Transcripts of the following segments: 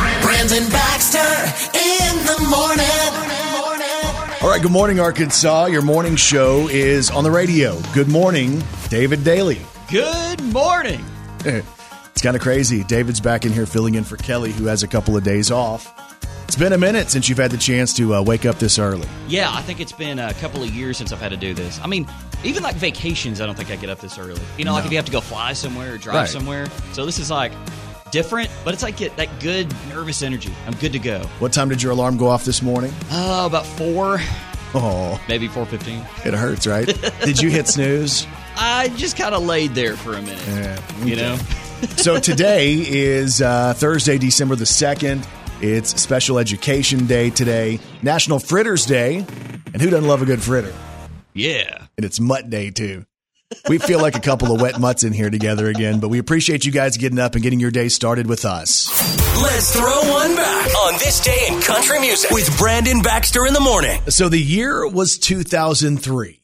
and Baxter in the morning. All right, good morning, Arkansas. Your morning show is on the radio. Good morning, David Daly. Good morning. It's kind of crazy. David's back in here filling in for Kelly, who has a couple of days off. It's been a minute since you've had the chance to uh, wake up this early. Yeah, I think it's been a couple of years since I've had to do this. I mean, even like vacations, I don't think I get up this early. You know, like if you have to go fly somewhere or drive Right. somewhere. So this is like different, but it's like get that good nervous energy. I'm good to go. What time did your alarm go off this morning? Oh, about four, Oh, maybe four fifteen. it hurts, right? did you hit snooze? I just kind of laid there for a minute. Yeah, You know, So today is uh, Thursday, December the 2nd. It's Special Education Day today, National Fritters Day, and who doesn't love a good fritter? yeah. and it's Mutt Day too. We feel like a couple of wet mutts in here together again, but we appreciate you guys getting up and getting your day started with us. Let's throw one back on this day in country music with Brandon Baxter in the morning. So the year was 2003,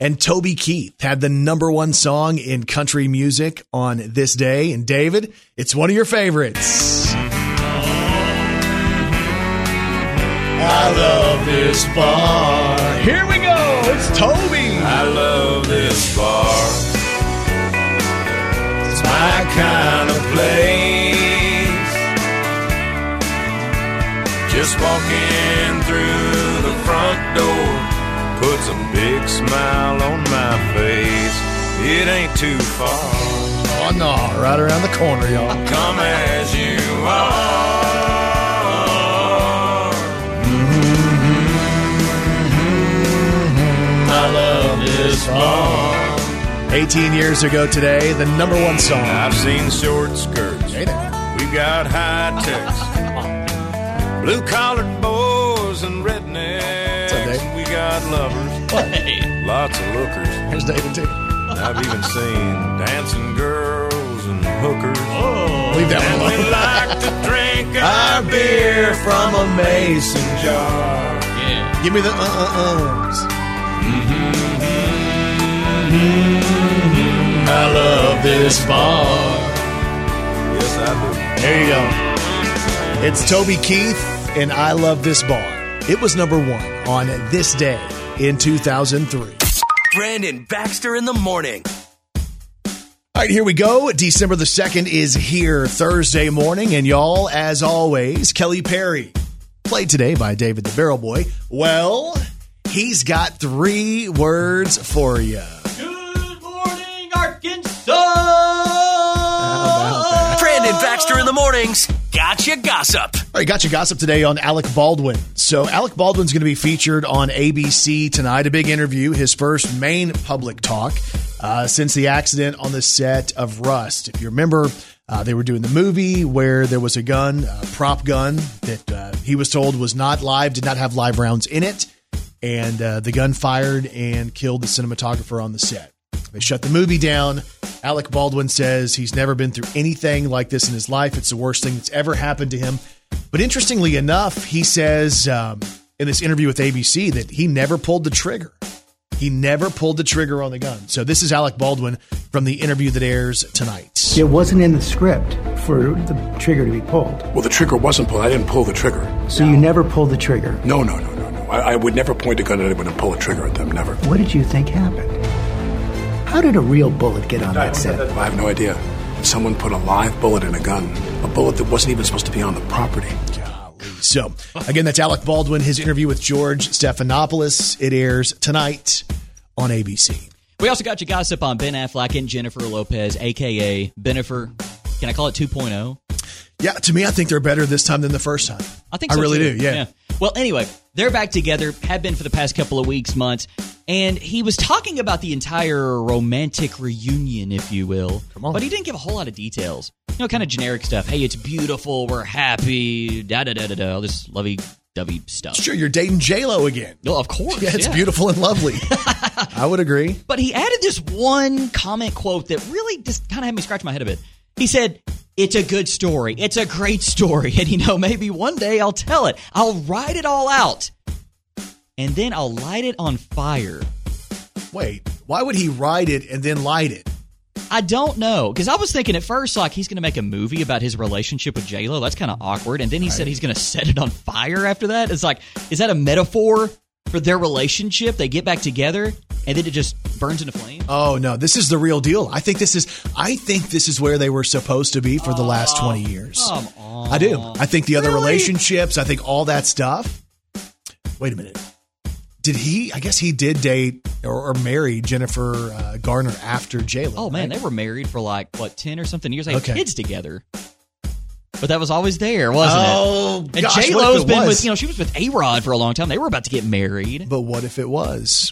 and Toby Keith had the number one song in country music on this day. And David, it's one of your favorites. I love this bar. Here we go. It's Toby. I love this bar. It's my kind of place. Just walking through the front door puts a big smile on my face. It ain't too far. Oh no, right around the corner, y'all. Come as you are. I love this bar. 18 years ago today, the number one song. I've seen short skirts. Hey there. We've got high techs, blue collared boys and rednecks. okay. and We got lovers, Hey, lots of lookers. Here's David too. And I've even seen dancing girls and hookers. Leave that And one we alone. like to drink our beer from a mason jar. yeah. Give me the uh uh uhs. Mm-hmm. I love this bar. Yes, I There you go. It's Toby Keith and I Love This Bar. It was number one on this day in 2003. Brandon Baxter in the morning. All right, here we go. December the 2nd is here Thursday morning. And y'all, as always, Kelly Perry, played today by David the Barrel Boy. Well, he's got three words for you. Good morning, Arkansas. Brandon Baxter in the mornings. Gotcha gossip. All right, gotcha gossip today on Alec Baldwin. So, Alec Baldwin's going to be featured on ABC tonight. A big interview, his first main public talk uh, since the accident on the set of Rust. If you remember, uh, they were doing the movie where there was a gun, a prop gun, that uh, he was told was not live, did not have live rounds in it. And uh, the gun fired and killed the cinematographer on the set. They shut the movie down. Alec Baldwin says he's never been through anything like this in his life. It's the worst thing that's ever happened to him. But interestingly enough, he says um, in this interview with ABC that he never pulled the trigger. He never pulled the trigger on the gun. So this is Alec Baldwin from the interview that airs tonight. It wasn't in the script for the trigger to be pulled. Well, the trigger wasn't pulled. I didn't pull the trigger. So you never pulled the trigger. No, no, no, no, no. I, I would never point a gun at anyone and pull a trigger at them. Never. What did you think happened? How did a real bullet get on that set? I have no idea. Someone put a live bullet in a gun, a bullet that wasn't even supposed to be on the property. So again, that's Alec Baldwin. His interview with George Stephanopoulos. It airs tonight on ABC. We also got you gossip on Ben Affleck and Jennifer Lopez, aka Benifer. Can I call it oh? 2.0? Yeah, to me, I think they're better this time than the first time. I think I so, really too. do. Yeah. Well, anyway, they're back together, have been for the past couple of weeks, months, and he was talking about the entire romantic reunion, if you will. Come on. But he didn't give a whole lot of details. You know, kind of generic stuff. Hey, it's beautiful, we're happy, da da da da da, all this lovey dovey stuff. Sure, you're dating J Lo again. No, of course. Yeah, it's yeah. beautiful and lovely. I would agree. But he added this one comment quote that really just kind of had me scratch my head a bit. He said, It's a good story. It's a great story. And, you know, maybe one day I'll tell it. I'll write it all out. And then I'll light it on fire. Wait, why would he ride it and then light it? I don't know because I was thinking at first like he's going to make a movie about his relationship with J Lo. That's kind of awkward. And then he said he's going to set it on fire after that. It's like, is that a metaphor for their relationship? They get back together and then it just burns into flames. Oh no, this is the real deal. I think this is I think this is where they were supposed to be for the last 20 years. Come on. I do. I think the other Really? relationships, I think all that stuff. Wait a minute. Did he I guess he did date or, or marry Jennifer uh, Garner after Jalen. Oh man, right? they were married for like what ten or something years. They had Okay. kids together, but that was always there, wasn't Oh, it? And gosh, J what if Lo's it been was? with you know she was with A Rod for a long time. They were about to get married. But what if it was?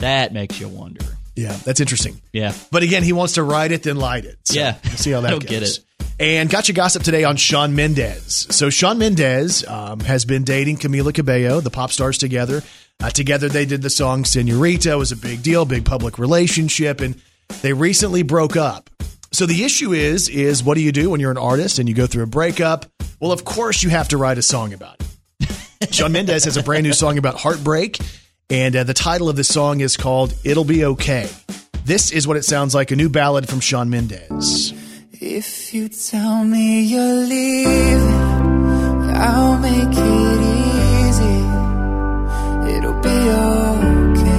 That makes you wonder. Yeah, that's interesting. Yeah, But again, he wants to write it, then light it. So Yeah. We'll see how that I don't goes. get it. And gotcha gossip today on Sean Mendez. So Sean Mendez um, has been dating Camila Cabello, the pop stars together. Uh, together they did the song Senorita. It was a big deal, big public relationship, and they recently broke up. So the issue is, is what do you do when you're an artist and you go through a breakup? Well, of course you have to write a song about it. Sean Mendez has a brand new song about heartbreak, and uh, the title of the song is called "It'll Be Okay." This is what it sounds like—a new ballad from Sean Mendez. If you tell me you're leaving, I'll make it easy. It'll be okay.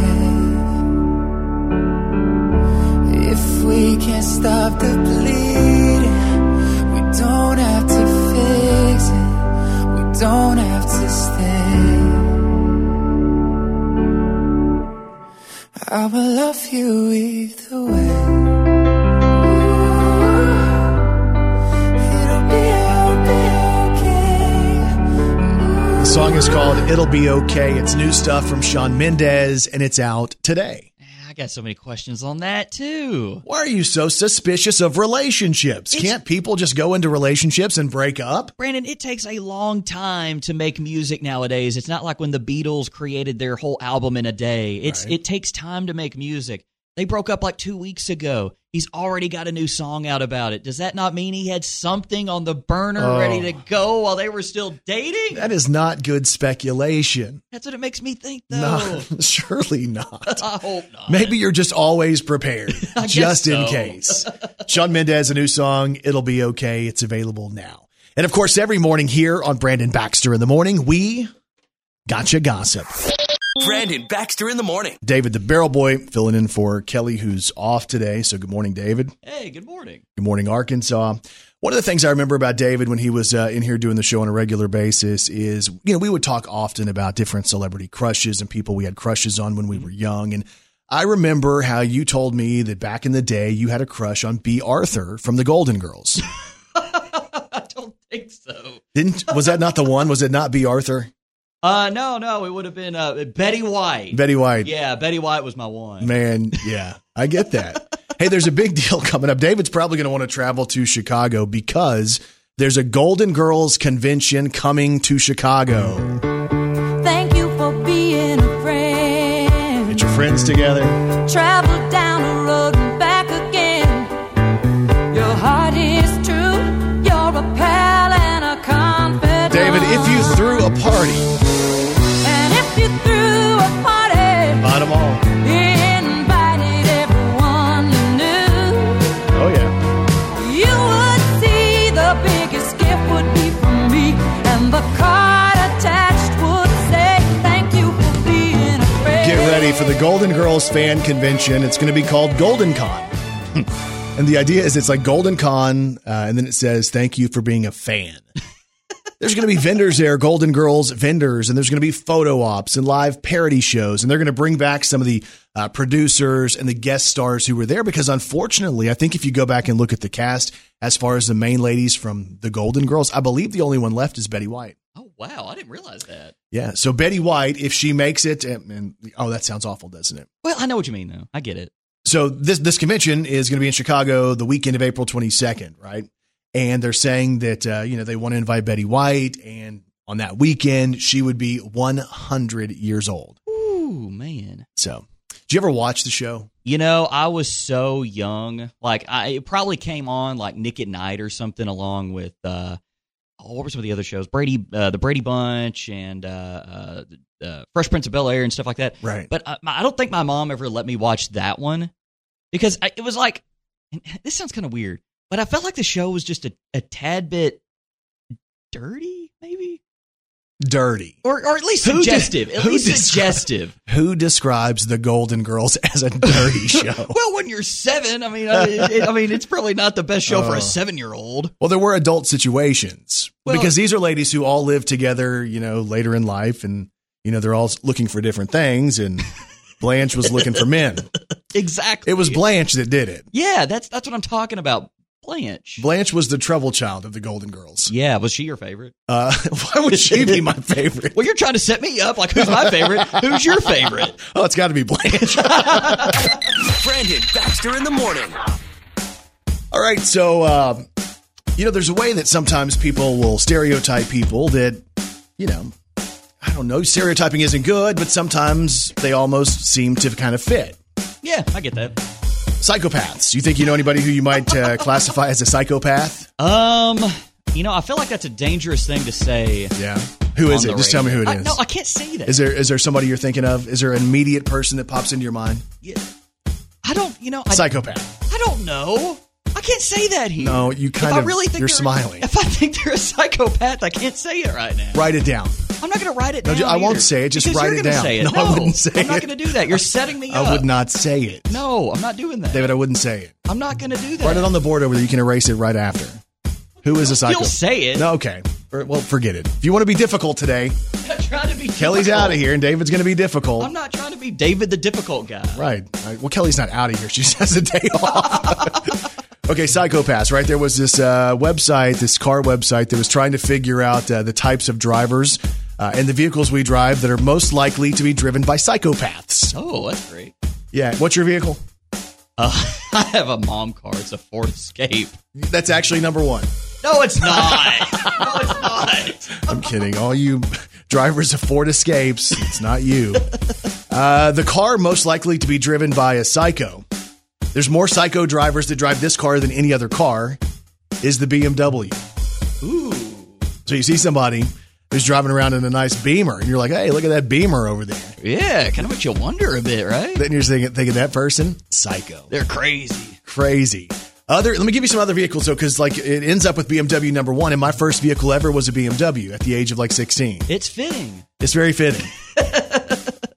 If we can't stop the bleeding, we don't have to fix it. We don't have to stay. I will love you either way. It'll be, it'll be okay. The song is called "It'll Be Okay." It's new stuff from Sean Mendez, and it's out today. I got so many questions on that too. Why are you so suspicious of relationships? It's- Can't people just go into relationships and break up? Brandon, it takes a long time to make music nowadays. It's not like when the Beatles created their whole album in a day. It's it takes time to make music. They broke up like 2 weeks ago. He's already got a new song out about it. Does that not mean he had something on the burner Oh. ready to go while they were still dating? That is not good speculation. That's what it makes me think No, though. surely not. I hope not. Maybe you're just always prepared, guess just in so. case. Sean Mendez, a new song, It'll Be Okay. It's available now. And of course, every morning here on Brandon Baxter in the Morning, we gotcha gossip. Brandon Baxter in the morning. David the Barrel Boy filling in for Kelly, who's off today. So good morning, David. Hey, good morning. Good morning, Arkansas. One of the things I remember about David when he was uh, in here doing the show on a regular basis is, you know, we would talk often about different celebrity crushes and people we had crushes on when we were young. And I remember how you told me that back in the day you had a crush on B. Arthur from The Golden Girls. I don't think so. Didn't was that not the one? Was it not B. Arthur? Uh no, no, it would have been uh, Betty White. Betty White. yeah, Betty White was my one. Man, yeah, I get that. hey, there's a big deal coming up. David's probably going to want to travel to Chicago because there's a Golden Girls convention coming to Chicago. Thank you for being a friend. Get your friends together. Travel down the road and back again. Your heart is true. You're a pal and a confidant. David, if you threw a party, and if you threw a party, bottom all. you invited everyone you knew. Oh yeah. You would see the biggest gift would be from me, and the card attached would say thank you for being a friend. Get ready for the Golden Girls fan convention. It's going to be called Golden Con. and the idea is it's like Golden Con, uh, and then it says, "Thank you for being a fan." There's going to be vendors there, Golden Girls vendors, and there's going to be photo ops and live parody shows. And they're going to bring back some of the uh, producers and the guest stars who were there because, unfortunately, I think if you go back and look at the cast, as far as the main ladies from the Golden Girls, I believe the only one left is Betty White. Oh wow, I didn't realize that. Yeah. So Betty White, if she makes it, and, and oh, that sounds awful, doesn't it? Well, I know what you mean though. I get it. So this this convention is going to be in Chicago the weekend of April 22nd, right? And they're saying that uh, you know they want to invite Betty White, and on that weekend she would be 100 years old. Ooh man. So, did you ever watch the show? You know, I was so young. Like I it probably came on like Nick at Night or something along with uh oh, what were some of the other shows? Brady uh, the Brady Bunch and uh, uh uh Fresh Prince of Bel Air and stuff like that. Right. But I, my- I don't think my mom ever let me watch that one because I, it was like and this sounds kind of weird, but I felt like the show was just a, a tad bit dirty, maybe, Dirty. or or at least Who de- suggestive. at who least described- suggestive. Who describes the Golden Girls as a dirty show? Well, when you're seven, I mean, I, it, I mean, it's probably not the best show for Oh. a seven-year-old. Well, there were adult situations Well- because these are ladies who all live together, you know, later in life, and you know they're all looking for different things. And Blanche was looking for men. Exactly. It was Blanche that did it. Yeah, that's that's what I'm talking about. Blanche. Blanche was the trouble child of the Golden Girls. yeah, was she your favorite? Uh, why would she be my favorite? Well, you're trying to set me up. Like, who's my favorite? who's your favorite? Oh, it's got to be Blanche. Brandon Baxter in the morning. All right, so um, you know, there's a way that sometimes people will stereotype people that, you know, I don't know, stereotyping isn't good, but sometimes they almost seem to kind of fit. Yeah, I get that. Psychopaths. You think you know anybody who you might uh, classify as a psychopath? Um, you know, I feel like that's a dangerous thing to say. Yeah. Who is on it? the Just tell me who radio. it I- is. no, I can't say that. Is there is there somebody you're thinking of? Is there an immediate person that pops into your mind? I don't. You know, I, Psychopath. I don't know. I can't say that here. No, you kind if I of- really think you're they're- smiling. If I think they're a psychopath, I can't say it right now. Write it down. I'm not going to write it No, down. ju- I won't either, say it. Just because write you're it gonna down. Say it. No, I wouldn't say I'm not it. going to do that. You're setting me up. I would not say it. No, I'm not doing that. David, I wouldn't say it. I'm not going to do that. Write it on the board over there. You can erase it right after. Who is a psycho? You'll say it. No, okay. Or- well, forget it. If you want to be difficult today, I'm not trying to be Kelly's difficult. out of here and David's going to be difficult. I'm not trying to be David the difficult guy. right. All right. Well, Kelly's not out of here. She just has a day off. okay, psychopaths, right? There was this uh, website, this car website that was trying to figure out uh, the types of drivers uh, and the vehicles we drive that are most likely to be driven by psychopaths. Oh, that's great. Yeah. What's your vehicle? Uh, I have a mom car. It's a Ford Escape. That's actually number one. No, it's not. no, it's not. I'm kidding. All you drivers of Ford Escapes, it's not you. Uh, the car most likely to be driven by a psycho. There's more psycho drivers that drive this car than any other car. Is the BMW. Ooh. So you see somebody who's driving around in a nice Beamer, and you're like, "Hey, look at that Beamer over there." Yeah, kind of makes you wonder a bit, right? Then you're thinking, thinking that person psycho, They're crazy. crazy. Other, let me give you some other vehicles though, because like it ends up with BMW number one, and my first vehicle ever was a BMW at the age of like 16. It's fitting. It's very fitting.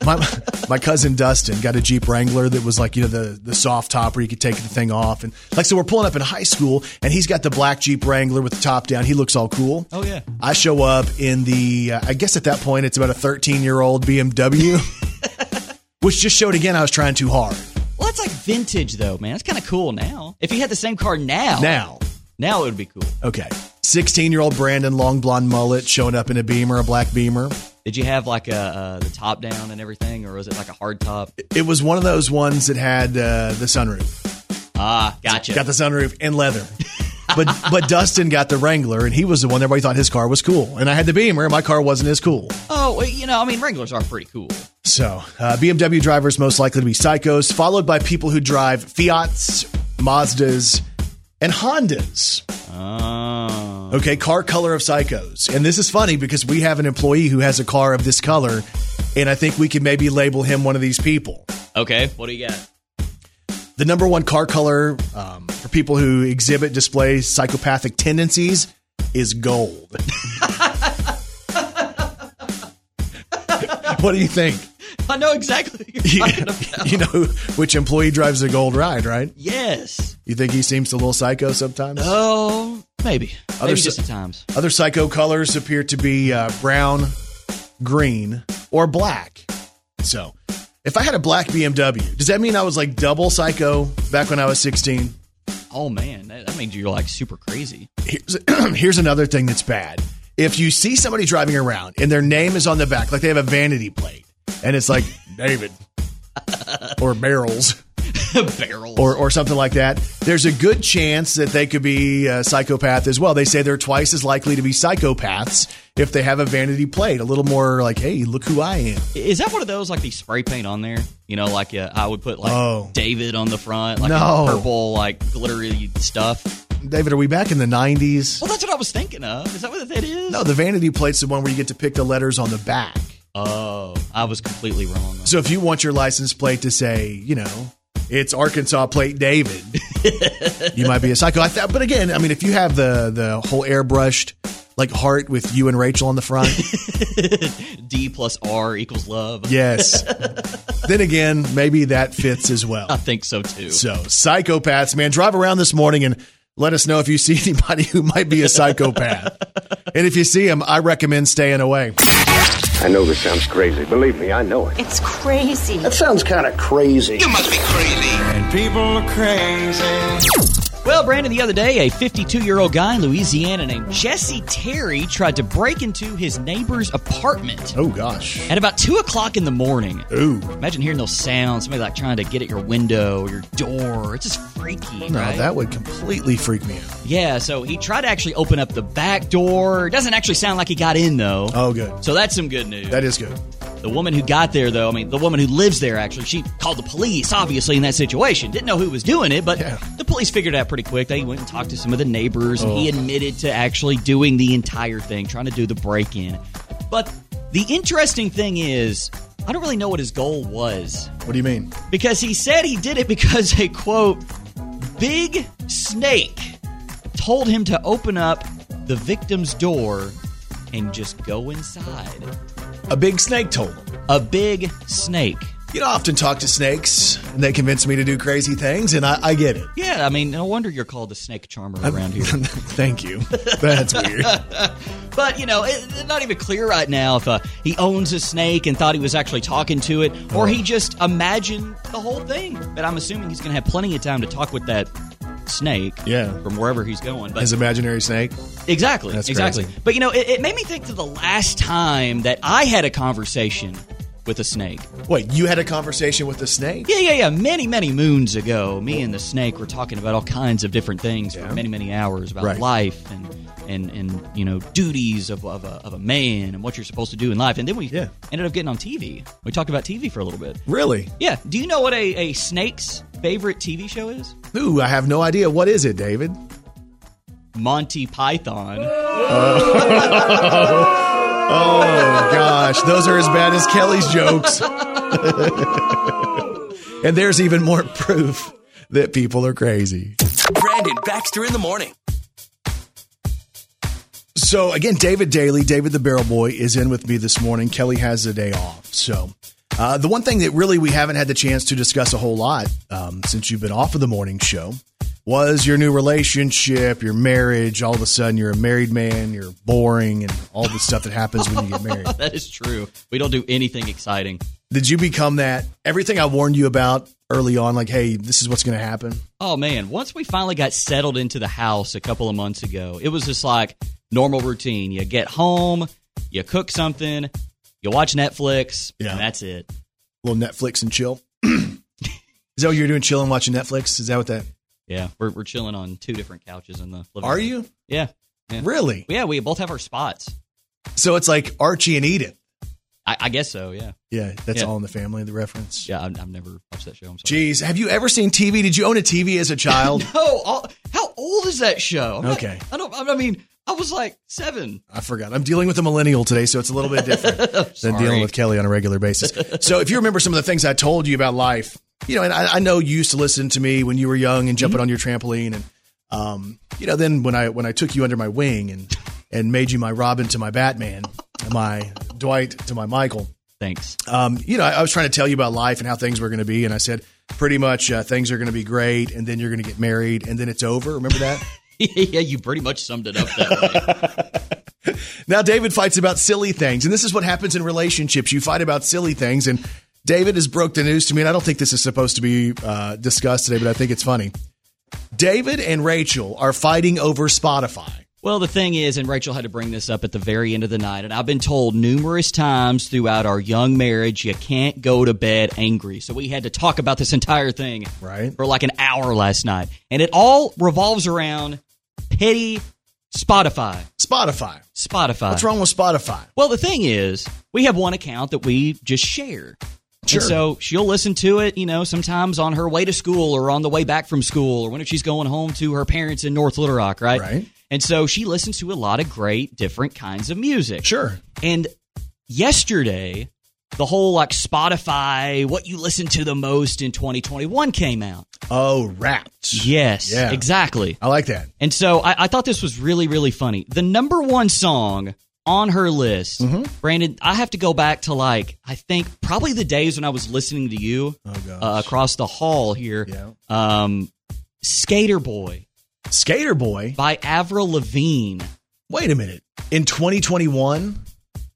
my, my cousin Dustin got a Jeep Wrangler that was like, you know, the, the soft top where you could take the thing off. And like, so we're pulling up in high school and he's got the black Jeep Wrangler with the top down. He looks all cool. Oh, yeah. I show up in the, uh, I guess at that point, it's about a 13 year old BMW, which just showed again I was trying too hard. Well, that's like vintage, though, man. That's kind of cool now. If you had the same car now, Now, now it would be cool. okay. 16 year old Brandon, long blonde mullet, showing up in a beamer, a black beamer. Did you have like a uh, the top down and everything, or was it like a hard top? It was one of those ones that had uh, the sunroof. Ah, gotcha. got the sunroof and leather. But but Dustin got the Wrangler, and he was the one everybody thought his car was cool. And I had the Beamer, and my car wasn't as cool. oh, well, you know, I mean, Wranglers are pretty cool. So uh, BMW drivers most likely to be psychos, followed by people who drive Fiats, Mazdas, and Hondas. Oh. Okay, car color of psychos. And this is funny because we have an employee who has a car of this color, and I think we can maybe label him one of these people. Okay, what do you got? The number one car color um, for people who exhibit display psychopathic tendencies is gold. what do you think? I know exactly what you're talking about. You know which employee drives a gold ride, right? Yes. You think he seems a little psycho sometimes? Oh, maybe. Other maybe s- just at times. Other psycho colors appear to be uh, brown, green, or black. So, if I had a black BMW, does that mean I was like double psycho back when I was 16? Oh man, that, that means you're like super crazy. here's, here's another thing that's bad. If you see somebody driving around and their name is on the back, like they have a vanity plate, and it's like David or Barrels Barrels. or, or something like that, there's a good chance that they could be a psychopath as well. They say they're twice as likely to be psychopaths if they have a vanity plate, a little more like, hey, look who I am. is that one of those like the spray paint on there? You know, like uh, I would put like Oh. David on the front, like No. purple, like glittery stuff. David, are we back in the 90s? Well, that's what I was thinking of. Is that what that is? No, the vanity plate's the one where you get to pick the letters on the back. Oh, I was completely wrong. So if you want your license plate to say, you know, it's Arkansas plate David, you might be a psycho. I th- but again, I mean, if you have the the whole airbrushed like heart with you and Rachel on the front, D plus R equals love. yes. then again, maybe that fits as I well. think so too. So psychopaths, man, drive around this morning and let us know if you see anybody who might be a psychopath. and if you see them, I recommend staying away. I know this sounds crazy. Believe me, I know it. It's crazy. That sounds kind of crazy. And people are crazy. Well, Brandon, the other day, a 52 year old guy in Louisiana named Jesse Terry tried to break into his neighbor's apartment Oh gosh. at about 2 o'clock in the morning. Ooh. Imagine hearing those sounds, somebody like trying to get at your window or your door. It's just freaky. No, right? that would completely freak me out. Yeah, so he tried to actually open up the back door. Doesn't actually sound like he got in, though. Oh, good. So that's some good news. That is good. The woman who got there, though, I mean, the woman who lives there, actually, she called the police, obviously, in that situation. Didn't know who was doing it, but Yeah. the police figured it out pretty quick. They went and talked to some of the neighbors, and he admitted to actually doing the entire thing, trying to do the break in. But the interesting thing is, I don't really know what his goal was What do you mean? because he said he did it because a quote big snake told him to open up the victim's door and just go inside A big snake told him. a big snake You know, I often talk to snakes, and they convince me to do crazy things, and I, I get it. yeah i mean no wonder you're called the snake charmer around here Thank you. That's weird. but you know it, it's not even clear right now if uh, he owns a snake and thought he was actually talking to it or he just imagined the whole thing but i'm assuming he's going to have plenty of time to talk with that snake Yeah. from wherever he's going but His imaginary snake. Exactly. That's exactly. crazy. But you know, it, it made me think to the last time that I had a conversation with a snake. Wait, you had a conversation with the snake? Yeah, yeah, yeah. Many, many moons ago, me and the snake were talking about all kinds of different things for many, many hours about Right. life and and and you know duties of of a, of a man and what you're supposed to do in life. And then we Yeah. ended up getting on TV. We talked about TV for a little bit. Really? Yeah. Do you know what a, a snake's favorite TV show is? Ooh, I have no idea. What is it, David? Monty Python. Oh, Gosh, those are as bad as Kelly's jokes. and there's even more proof that people are crazy. Brandon Baxter in the morning. So again, David Daly, David the Barrel Boy, is in with me this morning. Kelly has the day off. So uh, the one thing that really we haven't had the chance to discuss a whole lot um, since you've been off of the morning show was your new relationship, your marriage. All of a sudden, you're a married man. You're boring, and all the stuff that happens when you get married. That is true. We don't do anything exciting. Did you become that? Everything I warned you about early on, like, hey, this is what's going to happen. Oh man, once we finally got settled into the house a couple of months ago, it was just like normal routine. You get home, you cook something, you watch Netflix, Yeah. and that's it. little Netflix and chill. is that what you're doing? Chilling, watching Netflix? Is that what that? Yeah, we're, we're chilling on two different couches in the living Are room. you Yeah. Yeah. really? Yeah, we both have our spots. So it's like Archie and Edith. I, I guess so, yeah. Yeah, that's Yeah. all in the family. The reference. Yeah, I've, I've never watched that show. I'm sorry. Jeez, have you ever seen TV? Did you own a TV as a child? No, all, how old is that show? I'm not- Okay. Uh, I don't, I mean, I was like seven. I forgot. I'm dealing with a millennial today, so it's a little bit different than dealing Sorry. with Kelly on a regular basis. So if you remember some of the things I told you about life, you know, and I, I know you used to listen to me when you were young and jumping on your trampoline, and um, you know, then when I when I took you under my wing and and made you my Robin to my Batman, my Dwight to my Michael. Thanks. um, you know, I, I was trying to tell you about life and how things were going to be, and I said pretty much uh, things are going to be great, and then you're going to get married, and then it's over. Remember that? yeah, you pretty much summed it up that way. now David fights about silly things, and this is what happens in relationships. You fight about silly things, and David has broke the news to me, and I don't think this is supposed to be uh, discussed today, but I think it's funny. David and Rachel are fighting over Spotify. Well, the thing is, and Rachel had to bring this up at the very end of the night, and I've been told numerous times throughout our young marriage, you can't go to bed angry. So we had to talk about this entire thing Right. for like an hour last night. And it all revolves around petty Spotify. Spotify. Spotify. What's wrong with Spotify? Well, the thing is, we have one account that we just share. Sure. And so she'll listen to it, you know, sometimes on her way to school or on the way back from school or when she's going home to her parents in North Little Rock, right? Right. And so she listens to a lot of great different kinds of music. Sure. And yesterday, the whole like Spotify, what you listen to the most in 2021 came out. Oh, wrapped. Yes, Yeah. exactly. I like that. And so I, I thought this was really, really funny. The number one song on her list, Brandon, I have to go back to like, I think probably the days when I was listening to you gosh. uh, across the hall here. Yeah. Um, Skater Boy Skater Boy. by Avril Lavigne. Wait a minute. In 2021,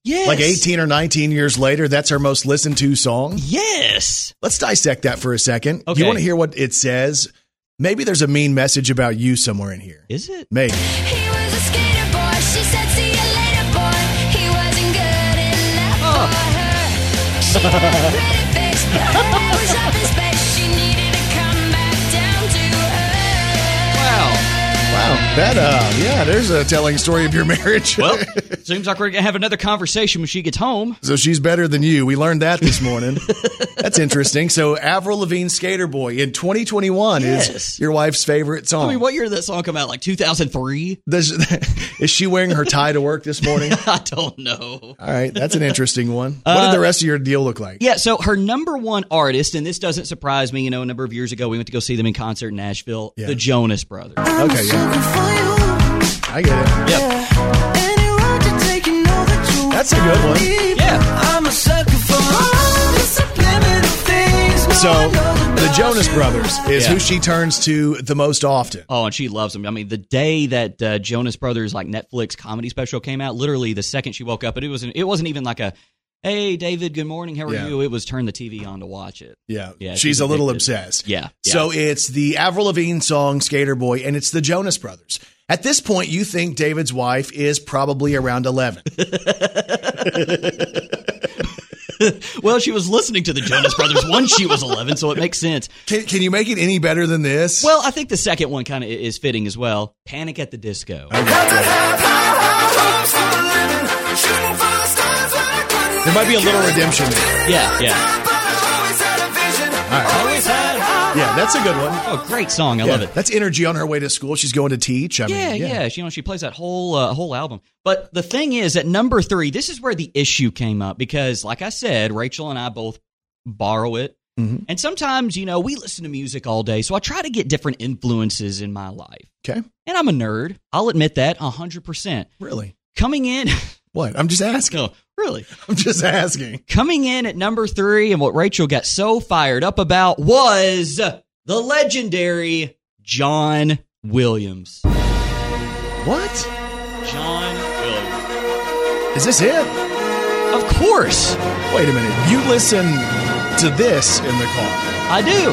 Yes. like 18 or 19 years later, that's our most listened to song. Yes. Let's dissect that for a second. Okay. You want to hear what it says? Maybe there's a mean message about you somewhere in here. Is it? Maybe. He was a skater boy. She said, "See you later, boy." He wasn't good enough for her. She had a pretty face, but he was up in space. She needed to come back down to earth. Wow. Wow. That, uh, yeah, there's a telling story of your marriage. Well, Oh, seems like we're going to have another conversation when she gets home. So she's better than you. We learned that this morning. That's interesting. So Avril Lavigne Skater Boy in 2021 Yes. is your wife's favorite song. I mean, what year did that song come out? Like 2003? Does- is she wearing her tie to work this morning? I don't know. All right, that's an interesting one. What did the rest of your deal look like? Yeah, so her number one artist, and this doesn't surprise me, you know, a number of years ago we went to go see them in concert in Nashville, Yeah. the Jonas Brothers. Okay, yeah, I get it. Yep. That's a good one. Yeah. So the Jonas Brothers is Yeah. who she turns to the most often. Oh, and she loves them. I mean, the day that uh, Jonas Brothers like Netflix comedy special came out, literally the second she woke up, and it wasn't it wasn't even like a Hey David, good morning. How are Yeah. you? It was turn the TV on to watch it. Yeah, Yeah, she's, she's a little addicted. obsessed. Yeah, yeah. So it's the Avril Lavigne song "Skater Boy" and it's the Jonas Brothers. At this point, you think David's wife is probably around eleven. Well, she was listening to the Jonas Brothers once she was 11, so it makes sense. can, can you make it any better than this? Well, I think the second one kind of is fitting as well. Panic at the Disco. there might be a little redemption. There. Yeah, yeah. All right. Yeah, that's a good one. Oh, great song. I love Yeah, it. That's energy on her way to school. She's going to teach. I Yeah, mean, yeah, She, you know, she plays that whole uh, whole album. But the thing is, at number three, this is where the issue came up because, like I said, Rachel and I both borrow it, Mm-hmm. and sometimes you know we listen to music all day, so I try to get different influences in my life. Okay. And I'm a nerd. I'll admit that hundred percent. Really? Coming in, What? I'm just asking. no, really. I'm just asking. Coming in at number three, and what Rachel got so fired up about was the legendary John Williams. What? John Williams. Is this it? Of course, Wait a minute. You listen to this in the car, I do.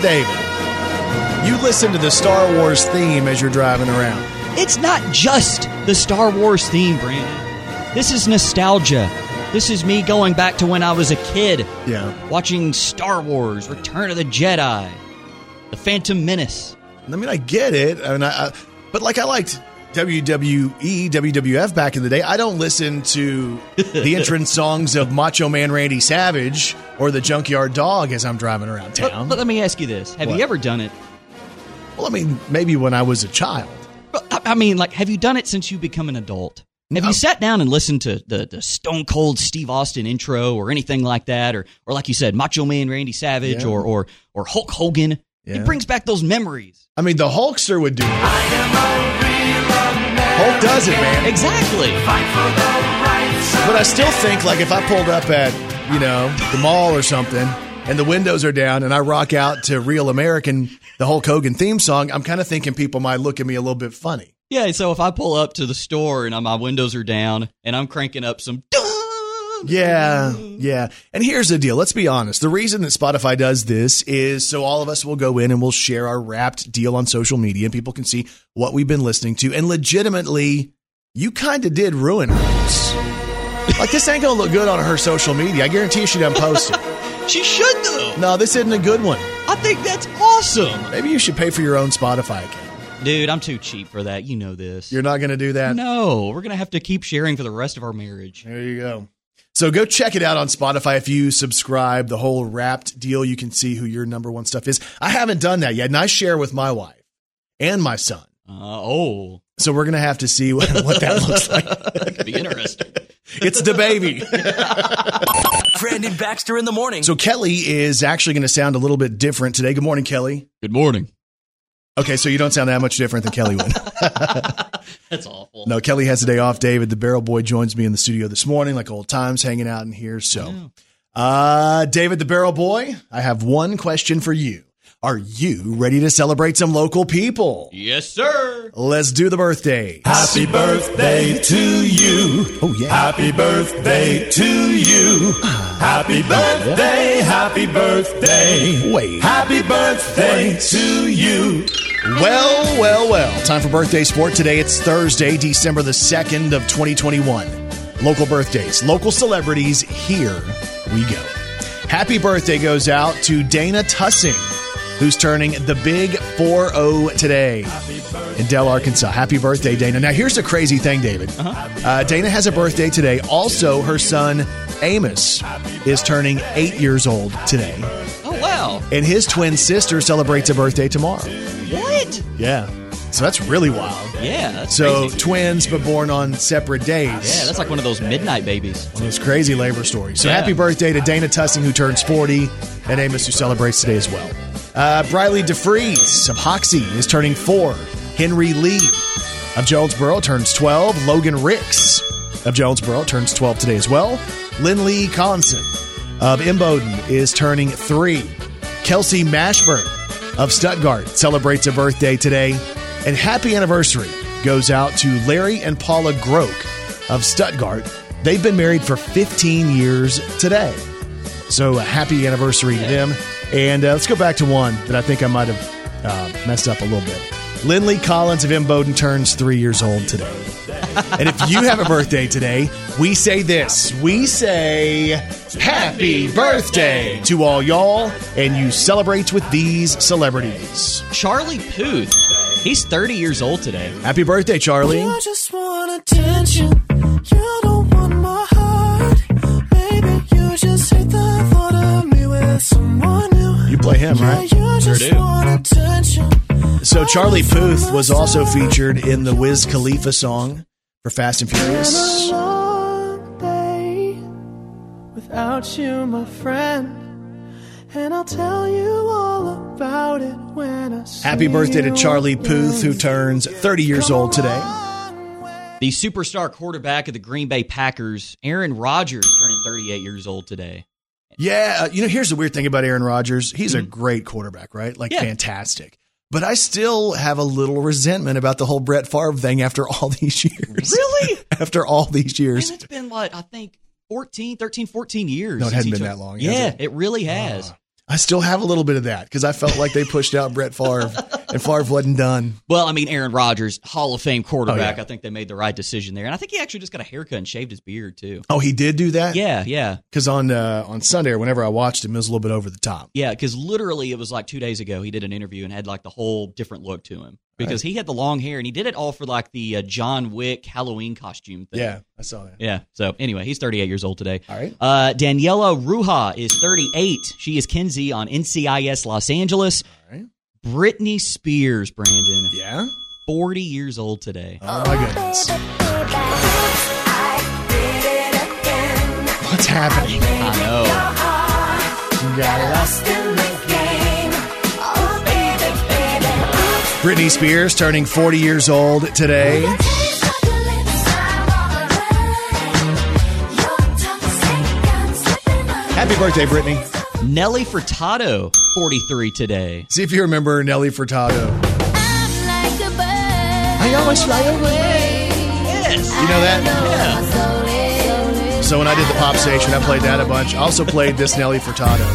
David. You listen to the Star Wars theme as you're driving around. It's not just the Star Wars theme, Brandon. This is nostalgia. This is me going back to when I was a kid Yeah. watching Star Wars, Return of the Jedi, The Phantom Menace. I mean, I get it. I mean, I, I, but like, I liked E, WWE, WWF back in the day. I don't listen to the entrance songs of Macho Man Randy Savage or the Junkyard Dog as I'm driving around But, town. but let me ask you this Have What? you ever done it? well, I mean, maybe when I was a child. But, I I mean, like, have you done it since you become an adult? Have you sat down and listened to the, the Stone Cold Steve Austin intro or anything like that, or or like you said, Macho Man Randy Savage Yeah. or or or Hulk Hogan? Yeah. It brings back those memories. I mean, the Hulkster would do it. Hulk does it, man. Exactly. But I still think, like, if I pulled up at, you know, the mall or something and the windows are down and I rock out to Real American, the Hulk Hogan theme song, I'm kind of thinking people might look at me a little bit funny. Yeah. So if I pull up to the store and uh, my windows are down and I'm cranking up some, Yeah, yeah. And here's the deal. Let's be honest. The reason that Spotify does this is so all of us will go in and we'll share our wrapped deal on social media and people can see what we've been listening to. And legitimately, you kind of did ruin hers. Like, this ain't going to look good on her social media. I guarantee you she doesn't post it. she should though. No, this isn't a good one. I think that's awesome, Maybe you should pay for your own Spotify account. dude. I'm too cheap for that. You know this. You're not going to do that. no, we're gonna have to keep sharing for the rest of our marriage. There you go. So go check it out on Spotify if you subscribe. The whole wrapped deal, you can see who your number one stuff is. I haven't done that yet, and I share with my wife and my son. Uh, oh, So we're gonna have to see what, what that looks like. that could be interesting. It's the baby. Brandon Baxter in the morning. So Kelly is actually going to sound a little bit different today. Good morning, Kelly. Good morning. Okay, so you don't sound that much different than Kelly would. That's awful. No, Kelly has a day off. David, the barrel boy, joins me in the studio this morning, like old times, hanging out in here. So, uh, David, the barrel boy, I have one question for you. Are you ready to celebrate some local people? Yes, sir. Let's do the birthday. Happy birthday to you. Oh, yeah. Happy birthday to you. Happy birthday, happy birthday. Wait. Happy birthday to you. Well, well, well. Time for birthday sport. Today it's Thursday, December the 2nd of 2021. Local birthdays, local celebrities, here we go. Happy birthday goes out to Dana Tussing, who's turning the big 4 0 today in Dell, Arkansas. Happy birthday, Dana. Now, here's the crazy thing, David. Uh, Dana has a birthday today. Also, her son, Amos, is turning eight years old today. Oh, wow. And his twin sister celebrates a birthday tomorrow. What? Yeah. So that's really wild. Yeah, that's So crazy. twins, but born on separate days. Yeah, that's like one of those midnight babies. one of those crazy labor stories. So Yeah. happy birthday to Dana Tussing, who turns 40, and Amos, who celebrates today as well. Uh, Briley DeFries of Hoxie is turning four. Henry Lee of Jonesboro turns 12. Logan Ricks of Jonesboro turns 12 today as well. Lynn Lee Collinson of Imboden is turning three. Kelsey Mashburn of Stuttgart celebrates a birthday today. And happy anniversary goes out to Larry and Paula Groke of Stuttgart. They've been married for 15 years today. So a happy anniversary to them. And uh, let's go back to one that I think I might have uh, messed up a little bit. Lindley Collins of Imboden turns three years old today. And if you have a birthday today, we say this. We say happy birthday to all y'all, and you celebrate with these celebrities. Charlie Puth. He's 30 years old today. Happy birthday, Charlie. You just want attention. You don't want my heart. Maybe you just hate the thought of me with someone new. You play him, Yeah, right? you just want attention. So Charlie Puth was also featured in the Wiz Khalifa song for Fast and Furious. Long day without you, my friend. And I'll tell you all about it when I see Happy birthday to you Charlie Puth, who turns 30 years old today. The superstar quarterback of the Green Bay Packers, Aaron Rodgers, turning 38 years old today. Yeah, uh, you know, here's the weird thing about Aaron Rodgers. He's a great quarterback, right? Like, Mm-hmm. Yeah. fantastic. But I still have a little resentment about the whole Brett Favre thing after all these years. Really? after all these years. And it's been like, I think, 14, 13, 14 years. No, it since hadn't he been took- that long, has Yeah, it? Ah. it? really has. I still have a little bit of that because I felt like they pushed out Brett Favre and Favre wasn't done. Well, I mean, Aaron Rodgers, Hall of Fame quarterback. Oh, yeah. I think they made the right decision there. And I think he actually just got a haircut and shaved his beard, too. Oh, he did do that? Yeah, yeah, Because on, uh, on Sunday or whenever I watched him, it was a little bit over the top. yeah. Because literally, it was like two days ago, he did an interview and had like the whole different look to him because he had the long hair and he did it all for like the uh, John Wick Halloween costume thing. Yeah, I saw that. Yeah. So anyway, he's 38 years old today. All right. Uh, Daniela Ruja is 38. She is Kinsey on NCIS Los Angeles. All right. Britney Spears, Brandon, Yeah? 40 years old today. Oh, my goodness. What's happening? I know. Britney Spears turning 40 years old today. Happy birthday, Brittany. Nelly Furtado, 43 today. See if you remember Nelly Furtado. I always fly away. You know that? Yeah. So when I did the pop station, I played that a bunch. I Also played this Nelly Furtado.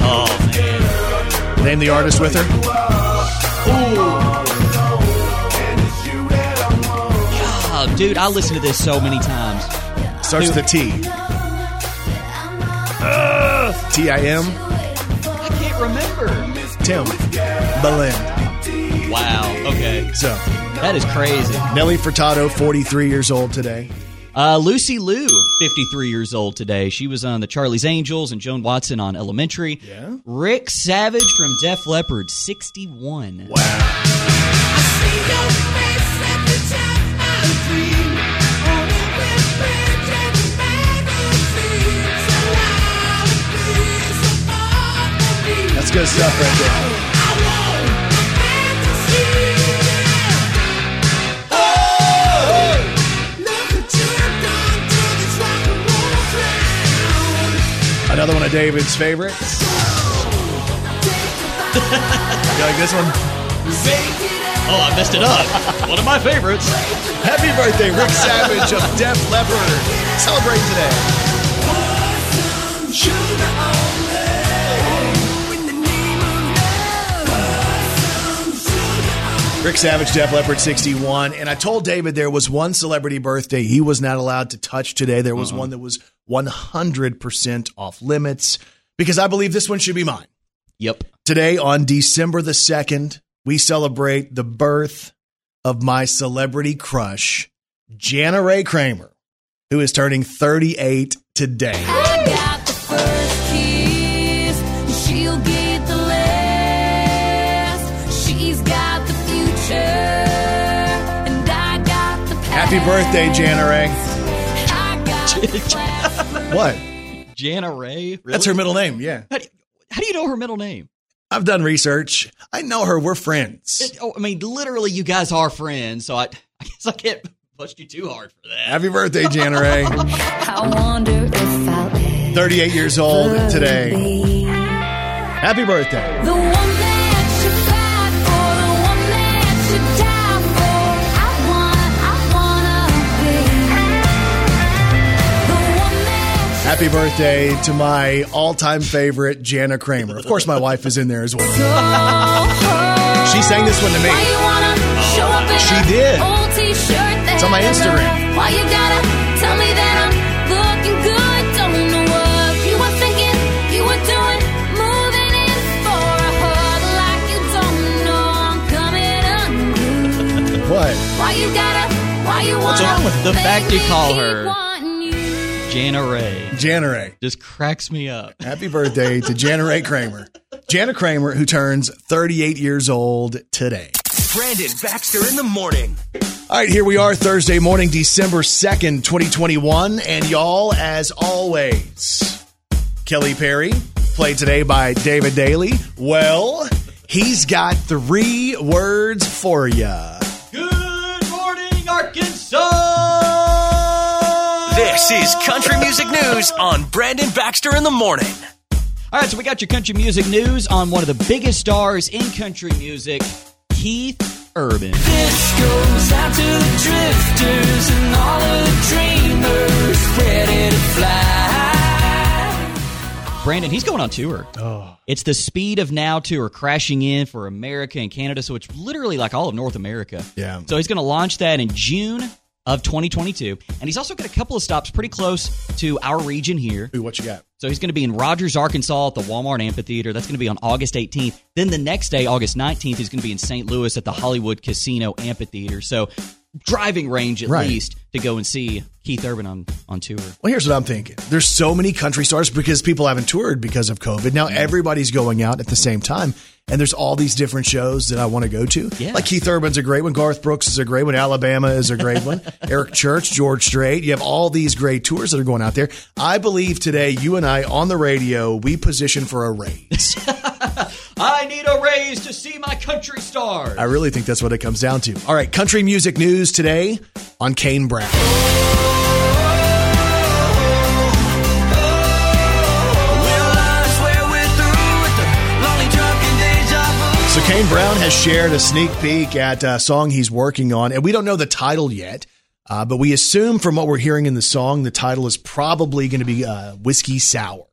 Oh, man. Name the artist with her. Oh, dude, I listened to this so many times. Starts with a T. T I M. I can't remember. Tim. Belen. Wow. Okay. So That is crazy. Nelly Furtado, 43 years old today. Uh, Lucy Liu, 53 years old today. She was on the Charlie's Angels and Joan Watson on Elementary. Yeah. Rick Savage from Def Leppard, 61. good stuff right there. Another one of David's favorites. You like this one? Oh, I messed it up. One of my favorites. Happy birthday, Rick Savage of Def Leppard. Celebrate today. Rick Savage, Def Leppard 61. And I told David there was one celebrity birthday he was not allowed to touch today. There was one that was 100% off limits because I believe this one should be mine. Yep. Today, on December the 2nd, we celebrate the birth of my celebrity crush, Jana Ray Kramer, who is turning 38 today. I got the first kiss, and she'll get the last. She's got the future, and I got the past. Happy birthday, Jana Ray. I got the past. What? Jana Ray. That's her middle name, yeah. How do, you, how do you know her middle name? I've done research. I know her. We're friends. It- oh, I mean, literally, you guys are friends, so I, I guess I can't bust you too hard for that. Happy birthday, Jana Ray. I wonder if I'll ever 38 years old today. be Happy birthday. the one that you fight for, the one that you die for. I wanna, I wanna be the one that you Happy birthday to my all time favorite, Jana Kramer. Of course, my wife is in there as well. go. She sang this one to Why me. you wanna show up in She a did. Old t-shirt that It's on my had a girl? Instagram. Why you gotta tell me that I'm looking good? Don't know what you were thinking, you were doing, moving in for a hug like you don't know I'm coming unglued. What? Why you gotta? Why you wanna? wrong with the make fact you me call keep her? wanting you? Jana Ray Jana Ray. just cracks me up. Happy birthday to Jana Ray Kramer. Jana Kramer, who turns 38 years old today. Brandon Baxter in the morning. All right, here we are, Thursday morning, December 2nd, 2021. And y'all, as always, Kelly Perry, played today by David Daly. Well, he's got three words for ya. Good morning, Arkansas. This is country music news on Brandon Baxter in the morning. All right, so we got your country music news on one of the biggest stars in country music, Keith Urban. This goes out to the drifters and all of the dreamers ready to fly. Brandon, he's going on tour. Oh. It's the Speed of Now tour crashing in for America and Canada, so it's literally like all of North America. Yeah. So he's going to launch that in June of 2022, and he's also got a couple of stops pretty close to our region here. Ooh, what you got? So he's going to be in Rogers, Arkansas at the Walmart Amphitheater. That's going to be on August 18th. Then the next day, August 19th, he's going to be in St. Louis at the Hollywood Casino Amphitheater. So driving range at Right. least to go and see Keith Urban on, on tour. Well, here's what I'm thinking. There's so many country stars because people haven't toured because of COVID. Now everybody's going out at the same time, and there's all these different shows that I want to go to. Yeah. Like Keith Urban's a great one, Garth Brooks is a great one, Alabama is a great one, Eric Church, George Strait. You have all these great tours that are going out there. I believe today you and I on the radio we position for a raise. I need a raise to see my country star. I really think that's what it comes down to. All right, country music news today on Kane Brown. So Kane Brown has shared a sneak peek at a song he's working on, and we don't know the title yet. Uh, but we assume from what we're hearing in the song, the title is probably going to be uh, Whiskey Sour.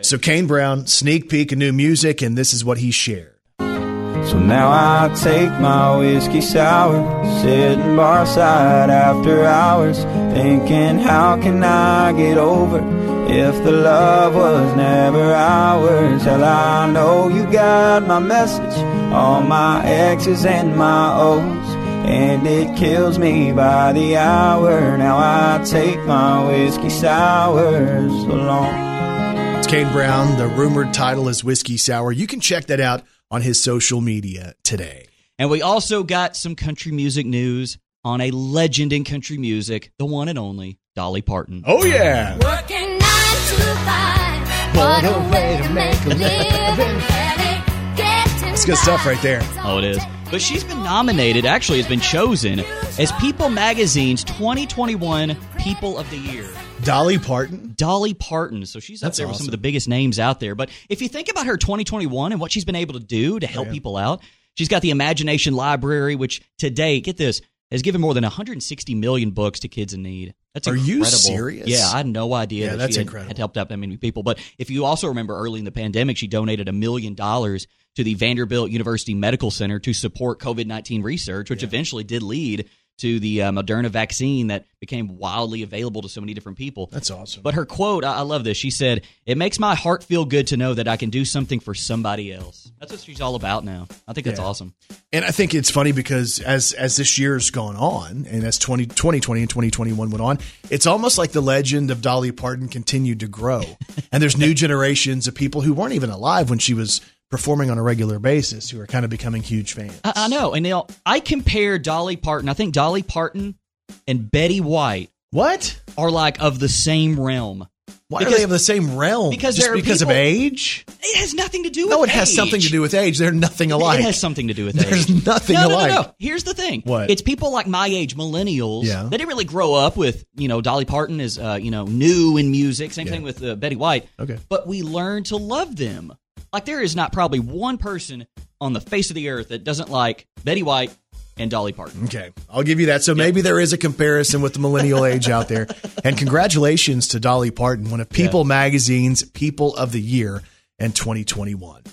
So Kane Brown, sneak peek of new music, and this is what he shared. So now I take my whiskey sour, sitting bar side after hours, thinking how can I get over if the love was never ours? Hell, I know you got my message, all my X's and my O's, and it kills me by the hour. Now I take my whiskey sours alone. It's Kane Brown. The rumored title is Whiskey Sour. You can check that out on his social media today. And we also got some country music news on a legend in country music, the one and only Dolly Parton. Oh, yeah. Working nine to five. What a way to make a living. Headache That's good stuff right there. Oh, it is. But she's been nominated, actually, has been chosen as People Magazine's 2021 People of the Year. Dolly Parton. Dolly Parton. So she's up That's there with some awesome. of the biggest names out there. But if you think about her 2021 and what she's been able to do to help people out, she's got the Imagination Library, which today, get this, has given more than 160 million books to kids in need. That's Are you incredible. serious? Yeah, I had no idea. Yeah, that that's she had- incredible. Had helped out that many people. But if you also remember early in the pandemic, she donated a million dollars to the Vanderbilt University Medical Center to support COVID 19 research, which eventually did lead to the uh, Moderna vaccine that became wildly available to so many different people. That's awesome. But her quote, I, I love this. She said, It makes my heart feel good to know that I can do something for somebody else. That's what she's all about now. I think that's awesome. And I think it's funny because as as this year's gone on, and as 20, 2020 and 2021 went on, it's almost like the legend of Dolly Parton continued to grow. and there's new generations of people who weren't even alive when she was performing on a regular basis who are kind of becoming huge fans. Uh, I, I know. And now I compare Dolly Parton. I think Dolly Parton and Betty White What? are like of the same realm. Why Because- are they of the same realm? because Just there are because of people- age? It has nothing to do with No, it has age. something to do with age. They're nothing alike. It has something to do with There's age. nothing no, alike. No, no, no. Here's the thing. What? It's people like my age, millennials. Yeah. They didn't really grow up with, you know, Dolly Parton is, uh, you know, new in music. Same Yeah. thing with uh, Betty White. Okay. But we learn to love them. Like there is not probably one person on the face of the earth that doesn't like Betty White and Dolly Parton. Okay, I'll give you that. So maybe there is a comparison with the millennial age out there. And congratulations to Dolly Parton, one of People Magazine's People of the Year in 2021.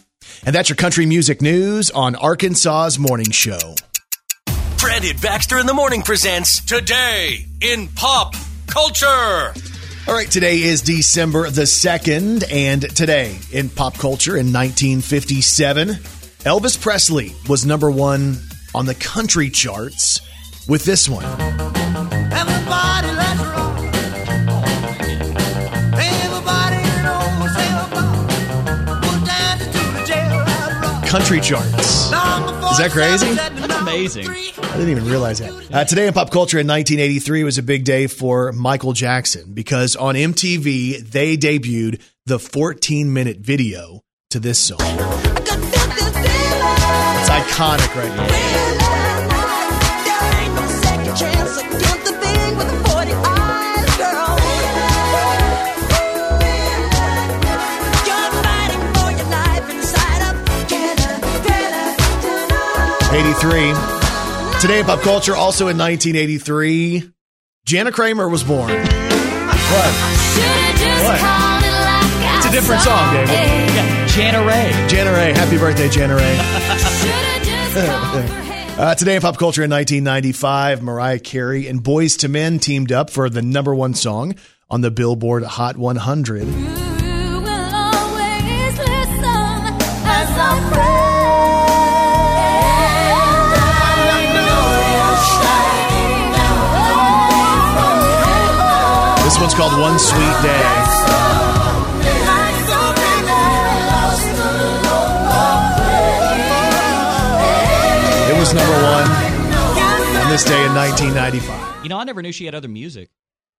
And that's your country music news on Arkansas's morning show. Brandon Baxter in the Morning presents Today in Pop Culture. All right, today is December the 2nd, and today in pop culture in 1957, Elvis Presley was number one on the country charts with this one. Everybody let's roll. Everybody knows everybody. Put down to do the jail rock. Country charts. Is that crazy? That's amazing. I didn't even realize that. Uh, today in pop culture in 1983 was a big day for Michael Jackson because on MTV they debuted the 14 minute video to this song. It's iconic right now. Thank 83. Today in pop culture, also in 1983, Jana Kramer was born. What? What? It's a different song, David. Yeah. Jana Ray. Jana Ray, happy birthday, Jana Ray. David. Uh, today in pop culture in 1995, Mariah Carey and Boys to Men teamed up for the number one song on the Billboard Hot 100. This one's called One Sweet Day. It was number one on this day in 1995. You know, I never knew she had other music.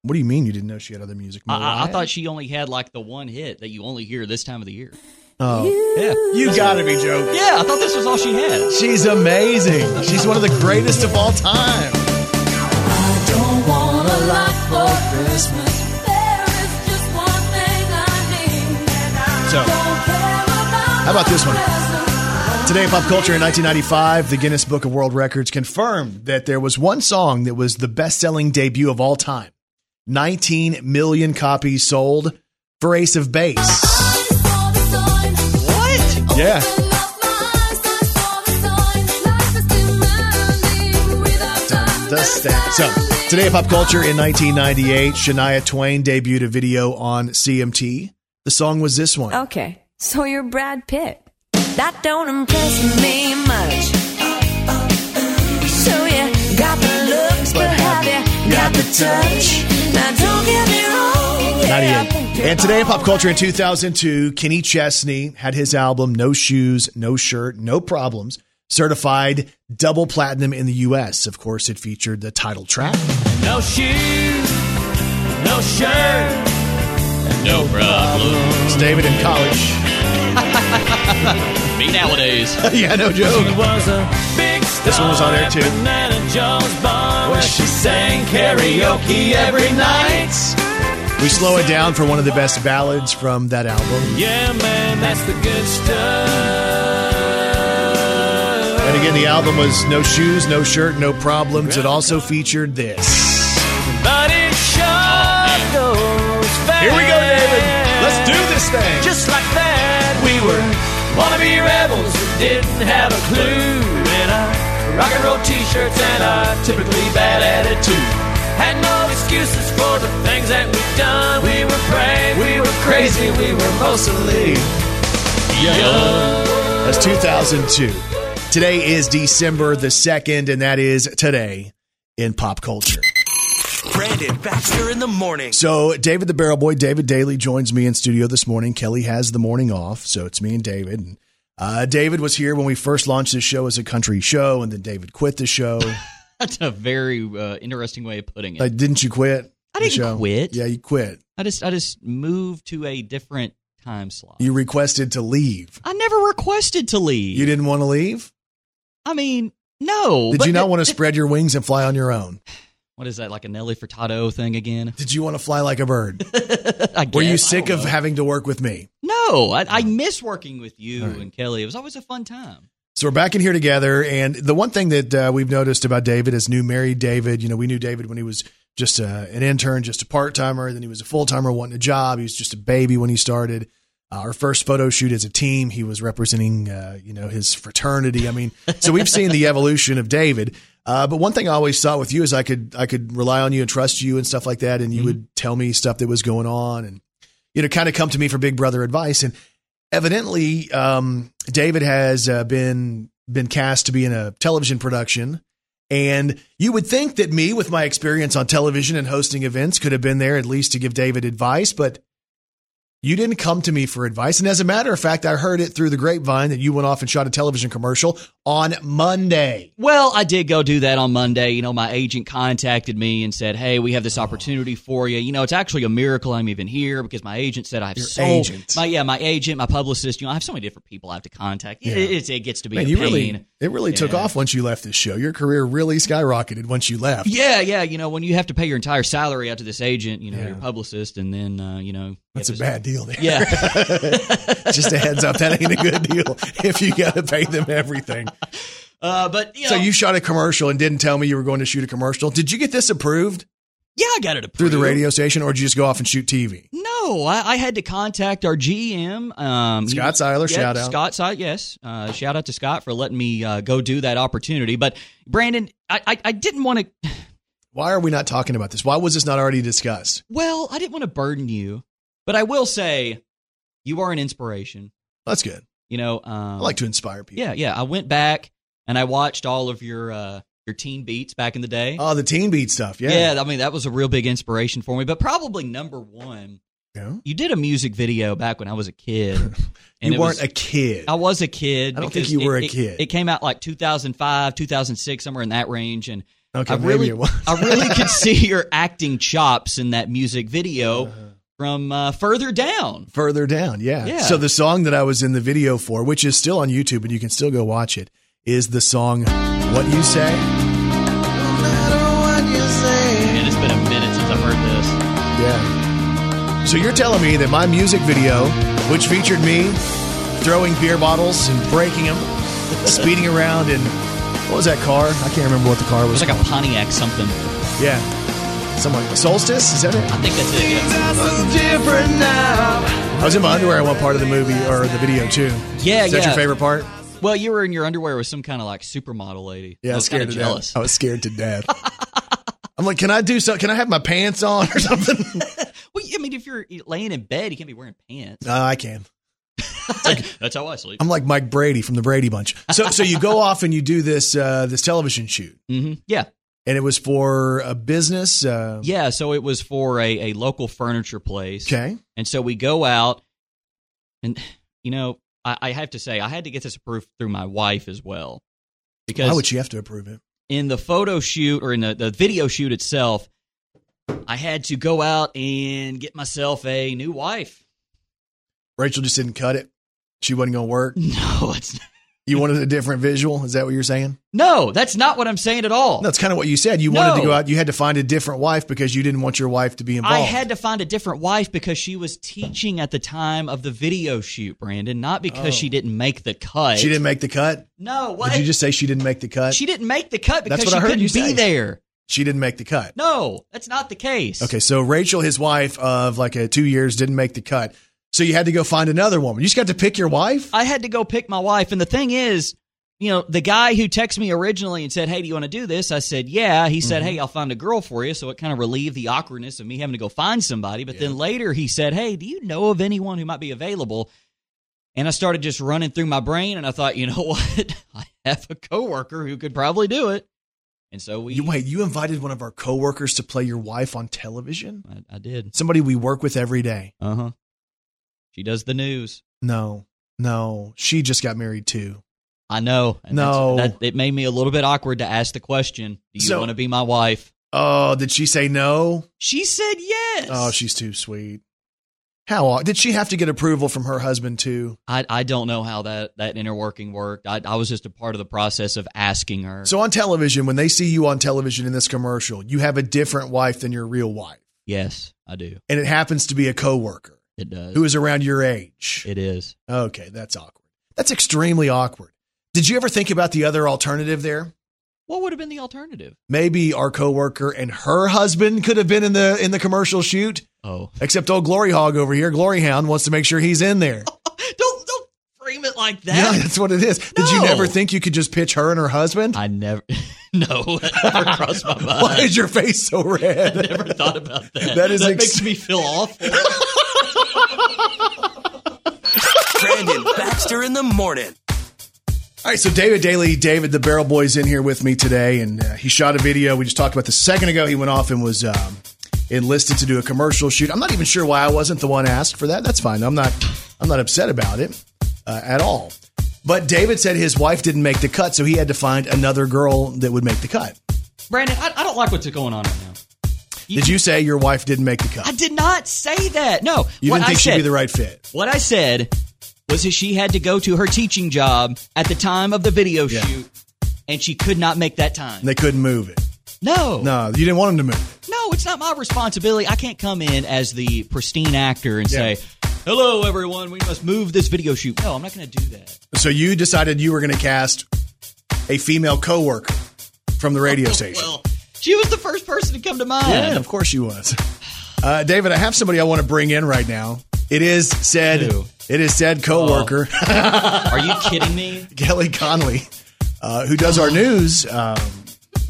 What do you mean you didn't know she had other music? I- I, I Mariah? thought she only had like the one hit that you only hear this time of the year. Oh, Yeah. you gotta be joking. Yeah, I thought this was all she had. She's amazing. She's one of the greatest of all time. So, how about this one? Today in pop culture in 1995, the Guinness Book of World Records confirmed that there was one song that was the best-selling debut of all time. 19 million copies sold for Ace of Base. What? Yeah. Does that. So, today in pop culture in 1998, Shania Twain debuted a video on CMT. The song was this one. Okay, so you're Brad Pitt. That don't impress me much. So you got the looks, but have you got the touch? Now don't get me wrong. yeah, I 98. think you're And today in pop culture in 2002, Kenny Chesney had his album No Shoes, No Shirt, No Problems certified double platinum in the US. Of course, it featured the title track. No shoes, no shirt, No problem. It's David in college. Me nowadays. yeah, no joke. This one was on there too. where she sang karaoke every night. We slow it down for one of the best ballads from that album. Yeah, man, that's the good stuff. And again, the album was No Shoes, No Shirt, No Problems. It also featured this. But it sure Oh, goes fast. Here we go, David. Let's do this thing. Just like that, we were wannabe rebels who didn't have a clue. And our rock and roll t-shirts and our typically bad attitude had no excuses for the things that we've done. We were brave, we were crazy, we were mostly young. That's 2002. Today is December the 2nd, and that is today in pop culture. Brandon Baxter in the morning. So, David the Barrel Boy, David Daly, joins me in studio this morning. Kelly has the morning off, so it's me and David. And, uh, David was here when we first launched this show as a country show, and then David quit the show. That's a very uh, interesting way of putting it. like, didn't you quit? I the didn't show? quit. Yeah, you quit. I just I just moved to a different time slot. You requested to leave. I never requested to leave. You didn't want to leave? I mean, no. Did but you not th- want to th- spread your wings and fly on your own? What is that like a Nelly Furtado thing again? Did you want to fly like a bird? I Were you guess. I sick don't of know. having to work with me? No, I, I miss working with you All right. and Kelly. It was always a fun time. So we're back in here together, and the one thing that uh, we've noticed about David is new married David. You know, we knew David when he was just uh an intern, just a part timer. Then he was a full timer, wanting a job. He was just a baby when he started. Uh, our first photo shoot as a team, he was representing, uh, you know, his fraternity. I mean, so we've seen the evolution of David. Uh, but one thing I always thought with you is I could I could rely on you and trust you and stuff like that, and you would tell me stuff that was going on and you know, kind of come to me for big brother advice. And evidently, um, David has uh, been been cast to be in a television production. And you would think that me, with my experience on television and hosting events, could have been there at least to give David advice, but you didn't come to me for advice. And as a matter of fact, I heard it through the grapevine that you went off and shot a television commercial on Monday. Well, I did go do that on Monday. You know, my agent contacted me and said, "Hey, we have Oh. this opportunity for you." You know, it's actually a miracle I'm even here because my agent said I have Your so agent. my yeah, my agent, my publicist. You know, I have so many different people I have to contact. It, Yeah. it, it gets to be Man, a you pain. really it really took Yeah. off once you left this show. Your career really skyrocketed once you left. Yeah, yeah. You know, when you have to pay your entire salary out to this agent, you know, Yeah. your publicist, and then uh, you know, That's you a have bad deal there. to- Yeah, Just a heads up, that ain't a good deal if you got to pay them everything. uh, but you know, So you shot a commercial and didn't tell me you were going to shoot a commercial. Did you get this approved yeah, I got it approved through the radio station, or did you just go off and shoot TV? No, I, I had to contact our GM, um, he- Scott Seiler, yeah, shout out. Scott Seiler, yes, uh, shout out to Scott for letting me uh, go do that opportunity. But Brandon, I, I, I didn't want to. Why are we not talking about this? Why was this not already discussed? Well, I didn't want to burden you, but I will say, you are an inspiration. That's good. You know, um, I like to inspire people. Yeah, yeah. I went back and I watched all of your uh, your teen beats back in the day. Oh, the Teen Beat stuff. Yeah. I mean that was a real big inspiration for me. But probably number one, Yeah. you did a music video back when I was a kid. And You it weren't was- a kid. I was a kid. I don't think because you it- were a it- kid. It, came out like 2005, 2006, somewhere in that range, and okay, I maybe really, it was. I really could see your acting chops in that music video Uh-huh. from uh, further down. Further down, yeah. Yeah. So the song that I was in the video for, which is still on YouTube and you can still go watch it, is the song What You Say. And it's been a minute since I've heard this. Yeah. So you're telling me that my music video, which featured me throwing beer bottles and breaking them, speeding around in what was that car? I can't remember what the car It was. was like a Pontiac something. yeah, something like Solstice. Is that it? I think that's it. yeah. I was in my underwear in one part of the movie or the video too. Yeah, Is that yeah. your favorite part? Well, you were in your underwear with some kind of like supermodel lady. Yeah, I was kind scared to of jealous. death. Oh, I was scared to death. I'm like, can I do so? Can I have my pants on or something? Well, I mean, if you're e, laying in bed, you can't be wearing pants. no, I can. That's how I sleep. I'm like Mike Brady from the Brady Bunch. So, so you go off and you do this uh, this television shoot. hmm Yeah, and it was for a business. Uh, yeah. So it was for a, a local furniture place. Okay. And so we go out, and you know, I, I have to say, I had to get this approved through my wife as well, because Why would she have to approve it? in the photo shoot or in the, the video shoot itself, I had to go out and get myself a new wife. Rachel just didn't cut it. She wasn't going to work. No, it's You wanted a different visual. Is that what you're saying? no, that's not what I'm saying at all. That's kind of what you said. You No. wanted to go out. You had to find a different wife because you didn't want your wife to be involved. I had to find a different wife because she was teaching at the time of the video shoot, Brandon, not because Oh. she didn't make the cut. she didn't make the cut. No, what? Did you just say she didn't make the cut? she didn't make the cut because That's what she I heard couldn't you be say. there. She didn't make the cut. No, that's not the case. Okay, so Rachel, his wife of like uh two years, didn't make the cut. So you had to go find another woman. You just got to pick your wife. I had to go pick my wife. And the thing is, you know, the guy who texted me originally and said, Hey, do you want to do this? I said, Yeah. He said, Mm-hmm. Hey, I'll find a girl for you. So it kind of relieved the awkwardness of me having to go find somebody. But then later he said, Hey, do you know of anyone who might be available? And I started just running through my brain and I thought, you know what? I have a coworker who could probably do it. And so we You, wait, you invited one of our coworkers to play your wife on television? I, I did. Somebody we work with every day. Uh huh. She does the news. No, no, she just got married too. I know. And that's- No. That, it made me a little bit awkward to ask the question Do you So- want to be my wife? Oh, did she say no? She said yes. Oh, she's too sweet. How aw- did she have to get approval from her husband too? I, I don't know how that, that inner working worked. I, I was just a part of the process of asking her. So on television, when they see you on television in this commercial, you have a different wife than your real wife, yes, I do. and it happens to be a coworker It does. who is around your age. it is. Okay, that's awkward. That's extremely awkward. Did you ever think about the other alternative there? What would have been the alternative? Maybe our coworker and her husband could have been in the in the commercial shoot. Oh, Except old Glory Hog over here, Glory Hound wants to make sure he's in there. don't don't frame it like yeah, that. that's what it is. Did you No. never think you could just pitch her and her husband? I never. no, that never crossed my mind. Why is your face so red? I never thought about that. That is that ex- makes me feel awful. Brandon Baxter in the morning. All right, so David Daly, David the Barrel Boy's in here with me today, and uh, he shot a video. We just talked about this a second ago. He went off and was um, enlisted to do a commercial shoot. I'm not even sure why I wasn't the one asked for that. That's fine. I'm not. I'm not upset about it uh, at all. But David said his wife didn't make the cut, so he had to find another girl that would make the cut. Brandon, I, I don't like what's going on right now. Did you say your wife didn't make the cut? I did not say that. No, you what didn't think I she'd be said- the right fit. What I said was that she had to go to her teaching job at the time of the video Yeah. shoot, and she could not make that time. And they couldn't move it. No, No, you didn't want him to move. it. no, it's not my responsibility. I can't come in as the pristine actor and Yeah. say, "Hello, everyone, we must move this video shoot." No, I'm not going to do that. So you decided you were going to cast a female coworker from the radio station. Oh, Well, she was the first person to come to mind. Yeah, of course she was. Uh, David, I have somebody I want to bring in right now. It is said. Who? It is said coworker Are you kidding me? Kelly Conley, uh, who does our news um,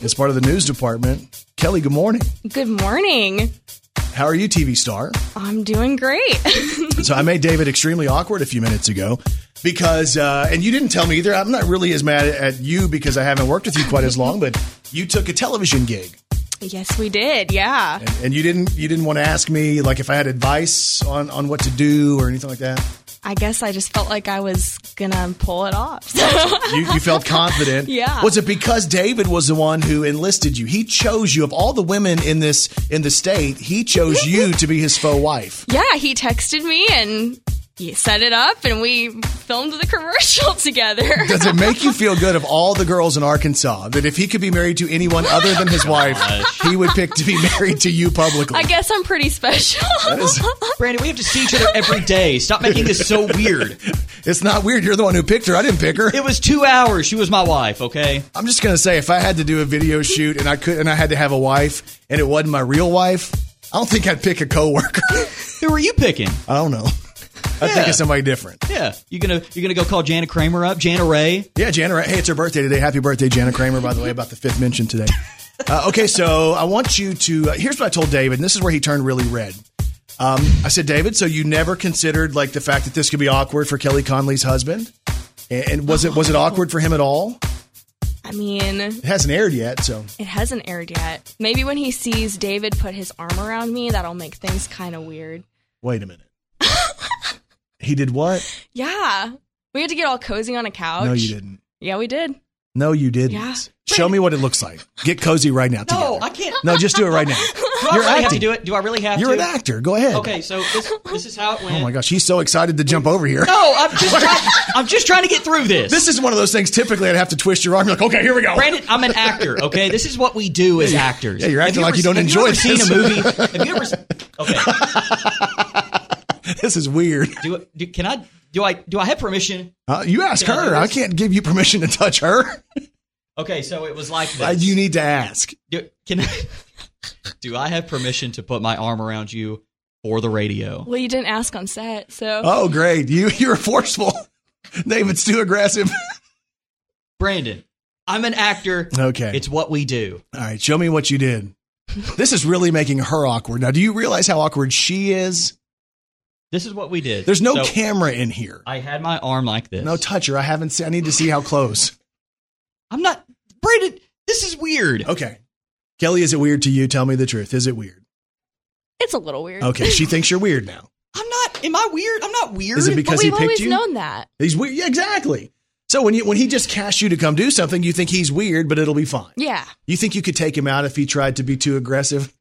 as part of the news department. Kelly, good morning. Good morning. How are you, TV star? I'm doing great. So I made David extremely awkward a few minutes ago because, uh, and you didn't tell me either. I'm not really as mad at you because I haven't worked with you quite as long, but you took a television gig. yes, we did. Yeah. And, and you didn't you didn't want to ask me like if I had advice on, on what to do or anything like that. I guess I just felt like I was going to pull it off. you, you felt confident. Yeah. Was it because David was the one who enlisted you? He chose you of all the women in this in the state. He chose you to be his faux wife. yeah, he texted me and he set it up and we filmed the commercial together. Does it make you feel good of all the girls in Arkansas that if he could be married to anyone other than his wife, he would pick to be married to you publicly? I guess I'm pretty special. Brandon, we have to see each other every day. Stop making this so weird. It's not weird. You're the one who picked her. I didn't pick her. It was two hours. She was my wife. Okay. I'm just gonna say, if I had to do a video shoot and I could and I had to have a wife and it wasn't my real wife, I don't think I'd pick a coworker. Who are you picking? I don't know. I would think Yeah. of somebody different. Yeah, you gonna you gonna go call Jana Kramer up, Jana Ray. Yeah, Jana. Hey, it's her birthday today. Happy birthday, Jana Kramer. By the way, about the fifth mention today. Uh, okay, so I want you to. Uh, here's what I told David, and this is where he turned really red. Um, I said, David, so you never considered like the fact that this could be awkward for Kelly Conley's husband, and, and was it was it awkward for him at all? I mean, It hasn't aired yet, so it hasn't aired yet. Maybe when he sees David put his arm around me, that'll make things kind of weird. wait a minute. he did what? Yeah. We had to get all cozy on a Oh, couch. No, you didn't. Yeah, we did. No, you didn't. Yeah. Show me what it looks like. Get cozy right now. No, together. I can't. No, just do it right now. Do I You're really have to acting. do it? Do I really have You're to? an actor. Go ahead. Okay, so this, this is how it went. Oh my gosh, he's so excited to jump over here. No, I'm just trying, I'm just trying to get through this. This is one of those things. Typically, I'd have to twist your arm. Like, okay, here we go. Brandon, I'm an actor. Okay, this is what we do as Yeah, actors. yeah, you're Have acting like ever- you don't have enjoy ever this. Seen a movie? Have you ever? s- This is weird. Do, do can I? Do I? Do I have permission? Uh, you ask Can I do her. I this? can't give you permission to touch her. Okay, so it was like this. Uh, you need to ask. do, can I, do I have permission to put my arm around you for the radio? Well, you didn't ask on set, so. Oh, great. You you're forceful. David's too aggressive. Brandon, I'm an actor. Okay. It's what we do. All right, show me what you did. This is really making her awkward. Now, do you realize how awkward she is? This is what we did. There's no So, camera in here. I had my arm like this. No touch her. I haven't seen. I need to see how close. I'm not. Brandon, this is weird. Okay. Kelly, is it weird to you? Tell me the truth. Is it weird? It's a little weird. Okay, she thinks you're weird now. I'm not. Am I weird? I'm not weird. Is it because but he we've picked always you? known that. He's weird. Yeah, exactly. So when you when he just casts you to come do something, you think he's weird, but it'll be fine. Yeah. You think you could take him out if he tried to be too aggressive?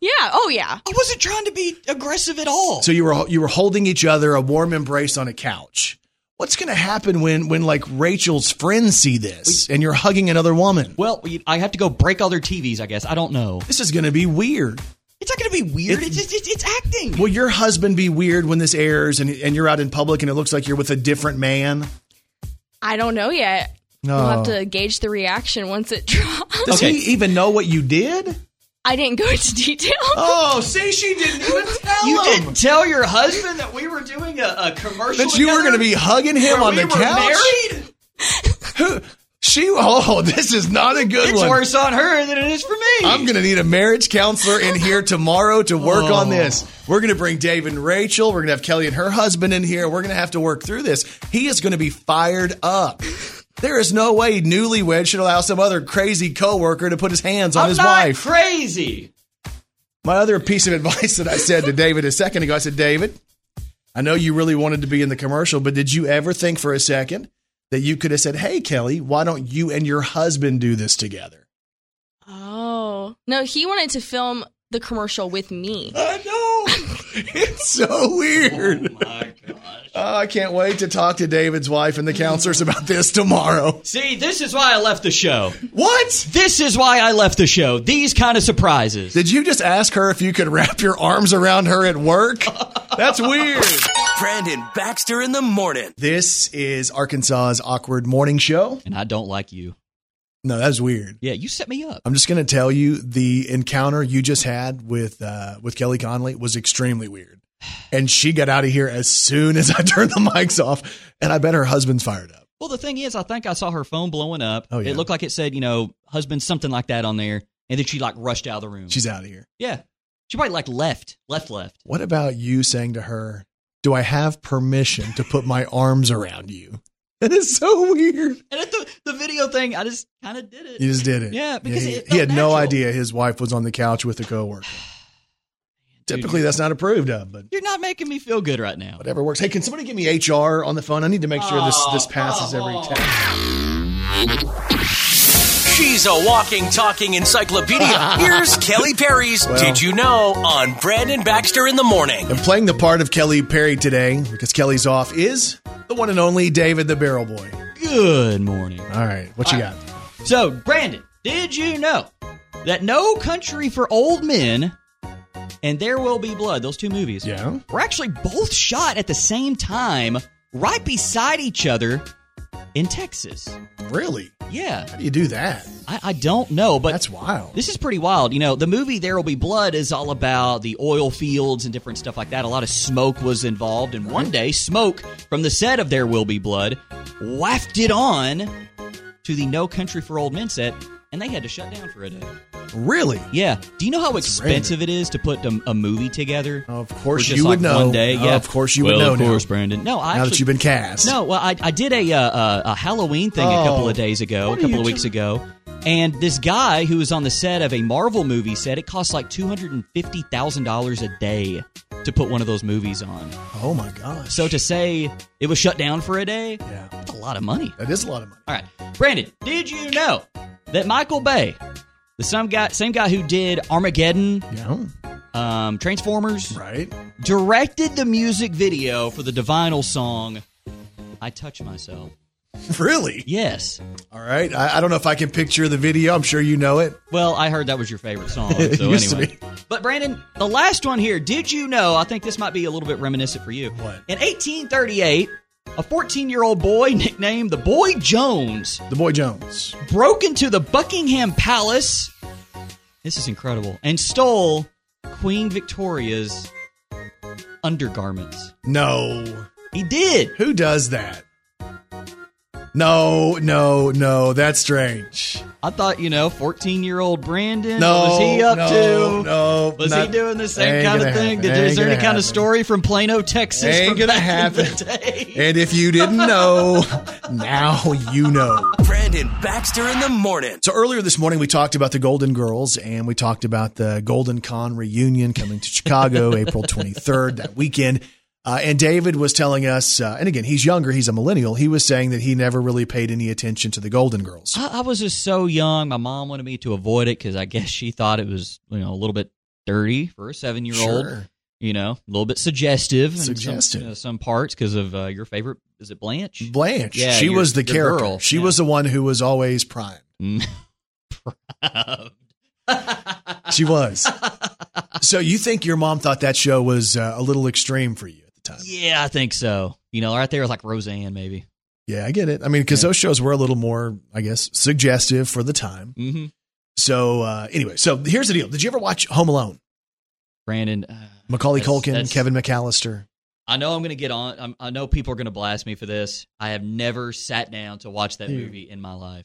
Yeah. Oh, yeah. I wasn't trying to be aggressive at all. So you were you were holding each other a warm embrace on a couch. What's going to happen when when like Rachel's friends see this and you're hugging another woman? well, we- I have to go break other TVs. I guess I don't know. This is going to be weird. It's not going to be weird. It- It's just it's, it's acting. Will your husband be weird when this airs and and you're out in public and it looks like you're with a different man? I don't know yet. No. We'll have to gauge the reaction once it drops. Does Okay. he even know what you did? I didn't go into detail. Oh, see, she didn't even tell You him. didn't tell your husband that we were doing a, a commercial. that you were going to together be hugging him where on we the were couch. Married? She. Oh, this is not a good It's one. worse on her than it is for me. I'm going to need a marriage counselor in here tomorrow to work Oh. on this. We're going to bring Dave and Rachel. We're going to have Kelly and her husband in here. We're going to have to work through this. He is going to be fired up. There is no way newlywed should allow some other crazy coworker to put his hands on I'm his not wife. crazy. My other piece of advice that I said to David a second ago, I said, David, I know you really wanted to be in the commercial, but did you ever think for a second that you could have said, Hey, Kelly, why don't you and your husband do this together? Oh. No, he wanted to film the commercial with me. I know. it's so weird. Oh, I can't wait to talk to David's wife and the counselors about this tomorrow. See, this is why I left the show. What? This is why I left the show. These kind of surprises. Did you just ask her if you could wrap your arms around her at work? That's weird. Brandon Baxter in the morning. This is Arkansas's awkward morning show. and I don't like you. No, that's weird. Yeah, you set me up. I'm just going to tell you the encounter you just had with uh, with Kelly Conley was extremely weird, and she got out of here as soon as I turned the mics off. And I bet her husband's fired up. Well, the thing is, I think I saw her phone blowing up. Oh, yeah. It looked like it said, you know, husband, something like that on there. And then she like rushed out of the room. She's out of here. yeah. She probably like left, left, left. What about you saying to her, "Do I have permission to put my arms around you?" That is so weird. And at the, the video thing, I just kind of did it. You just did it. Yeah, because he, it felt he had no natural. idea his wife was on the couch with a coworker. Dude, Typically, that's not approved of, but You're not making me feel good right now. whatever works. Hey, can somebody get me HR on the phone? I need to make sure this this passes every test. She's a walking, talking encyclopedia. Here's Kelly Perry's Did You Know on Brandon Baxter in the morning. And playing the part of Kelly Perry today, because Kelly's off, is the one and only David the Barrel Boy. Good morning. All right, what you got? So, Brandon, did you know that No Country for Old Men and There Will Be Blood, those two movies, Yeah. were actually both shot at the same time, right beside each other in Texas? Really? Yeah, How do you do that? I, I don't know, but That's wild. this is pretty wild. You know, the movie There Will Be Blood is all about the oil fields and different stuff like that. A lot of smoke was involved, and one day, smoke from the set of There Will Be Blood wafted on to the No Country for Old Men set, and they had to shut down for a day. Really? Yeah. Do you know how expensive it is to put a, a movie together? Of For course just you like would know. One day, yeah. Of course you would Well, know Of course, now. Brandon. No, I now actually, that you've been cast. no, well, I, I did a, uh, uh, a Halloween thing a couple Oh. of days ago, What a are couple you of weeks doing? ago, and this guy who was on the set of a Marvel movie said it costs like two hundred and fifty thousand dollars a day to put one of those movies on. Oh my gosh. So to say it was shut down for a day, yeah, that's a lot of money. that is a lot of money. All right, Brandon, did you know that Michael Bay The same guy, same guy who did Armageddon, um, Transformers, right? Directed the music video for the Divinal song "I Touch Myself." Really? Yes. All right. I, I don't know if I can picture the video. I'm sure you know it. Well, I heard that was your favorite song. So It used to anyway, be. But Brandon, the last one here. Did you know? I think this might be a little bit reminiscent for you. What? In 1838, a 14-year-old boy nicknamed the Boy Jones, the Boy Jones, broke into the Buckingham Palace. This is incredible. And stole Queen Victoria's undergarments. No. He did. Who does that? No, no, no. That's strange. I thought, you know, 14-year-old Brandon. No, what was he up no, to? no, was not- he doing the same ain't kind of gonna thing? happen. Did, is Ain't there gonna any kind happen. of story from Plano, Texas? Ain't from gonna back in the happen. day? And if you didn't know, now you know. Brandon Baxter in the morning. So earlier this morning, we talked about the Golden Girls and we talked about the Golden Con reunion coming to Chicago April 23rd, that weekend. Uh, and David was telling us, uh, and again, he's younger, he's a millennial. He was saying that he never really paid any attention to the Golden Girls. I, I was just so young. My mom wanted me to avoid it because I guess she thought it was you know a little bit dirty for a seven year old. Sure. You know, a little bit suggestive. in some- Suggestive. you know, some parts because of uh, your favorite. Is it Blanche? Blanche, Yeah, she your- was the your character. girl. She Yeah. was the one who was always primed. She was. so you think your mom thought that show was uh, a little extreme for you? Yeah, I think so. You know, right there with like Roseanne, maybe. Yeah, I get it. I mean, because those shows were a little more, I guess, suggestive for the time. Mhm. So uh, anyway, so here's the deal. Did you ever watch Home Alone? Brandon uh, Macaulay that's- Culkin, that's- Kevin McAllister. I know I'm going to get on. I'm, I know people are going to blast me for this. I have never sat down to watch that Dude. movie in my life.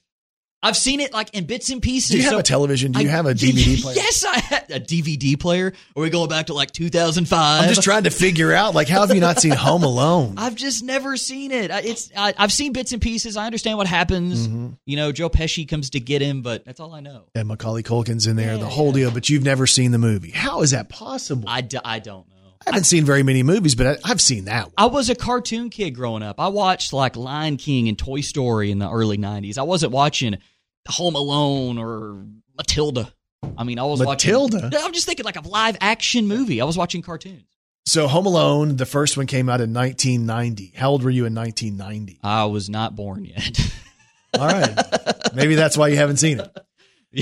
I've seen it like in bits and pieces. Do you have so- a television? Do you I- have a DVD player? Yes, I had a DVD player. Are we going back to like 2005? I'm just trying to figure out, like, how have you not seen Home Alone? I've just never seen it. I- It's I, I've seen bits and pieces. I understand what happens. Mm-hmm. You know, Joe Pesci comes to get him, but that's all I know. And Macaulay Culkin's in there, the whole deal. But you've never seen the movie. How is that possible? I, d- I don't know. I haven't seen very many movies, but I, I've seen that one. I was a cartoon kid growing up. I watched like Lion King and Toy Story in the early 90s. I wasn't watching Home Alone or Matilda. I mean, I was watching Matilda? No, I'm just thinking like a live action movie. I was watching cartoons. So Home Alone, the first one came out in 1990. How old were you in 1990? I was not born yet. All right. Maybe that's why you haven't seen it.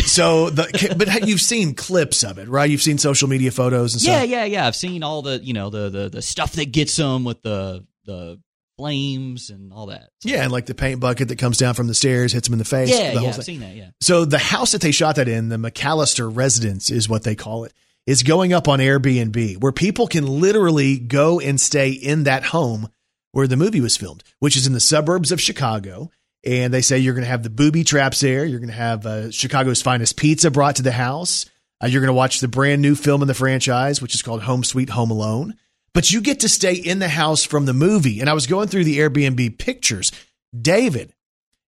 So the but you've seen clips of it, right? You've seen social media photos and yeah, stuff. yeah, yeah. I've seen all the, you know, the the the stuff that gets them with the the flames and all that. Yeah, and like the paint bucket that comes down from the stairs, hits him in the face. yeah, the yeah. whole I've thing. seen that. Yeah. So the house that they shot that in, the McAllister residence is what they call it, is going up on Airbnb, where people can literally go and stay in that home where the movie was filmed, which is in the suburbs of Chicago. And they say you're going to have the booby traps there. You're going to have uh, Chicago's finest pizza brought to the house. Uh, you're going to watch the brand new film in the franchise, which is called Home Sweet Home Alone. But you get to stay in the house from the movie. And I was going through the Airbnb pictures. David,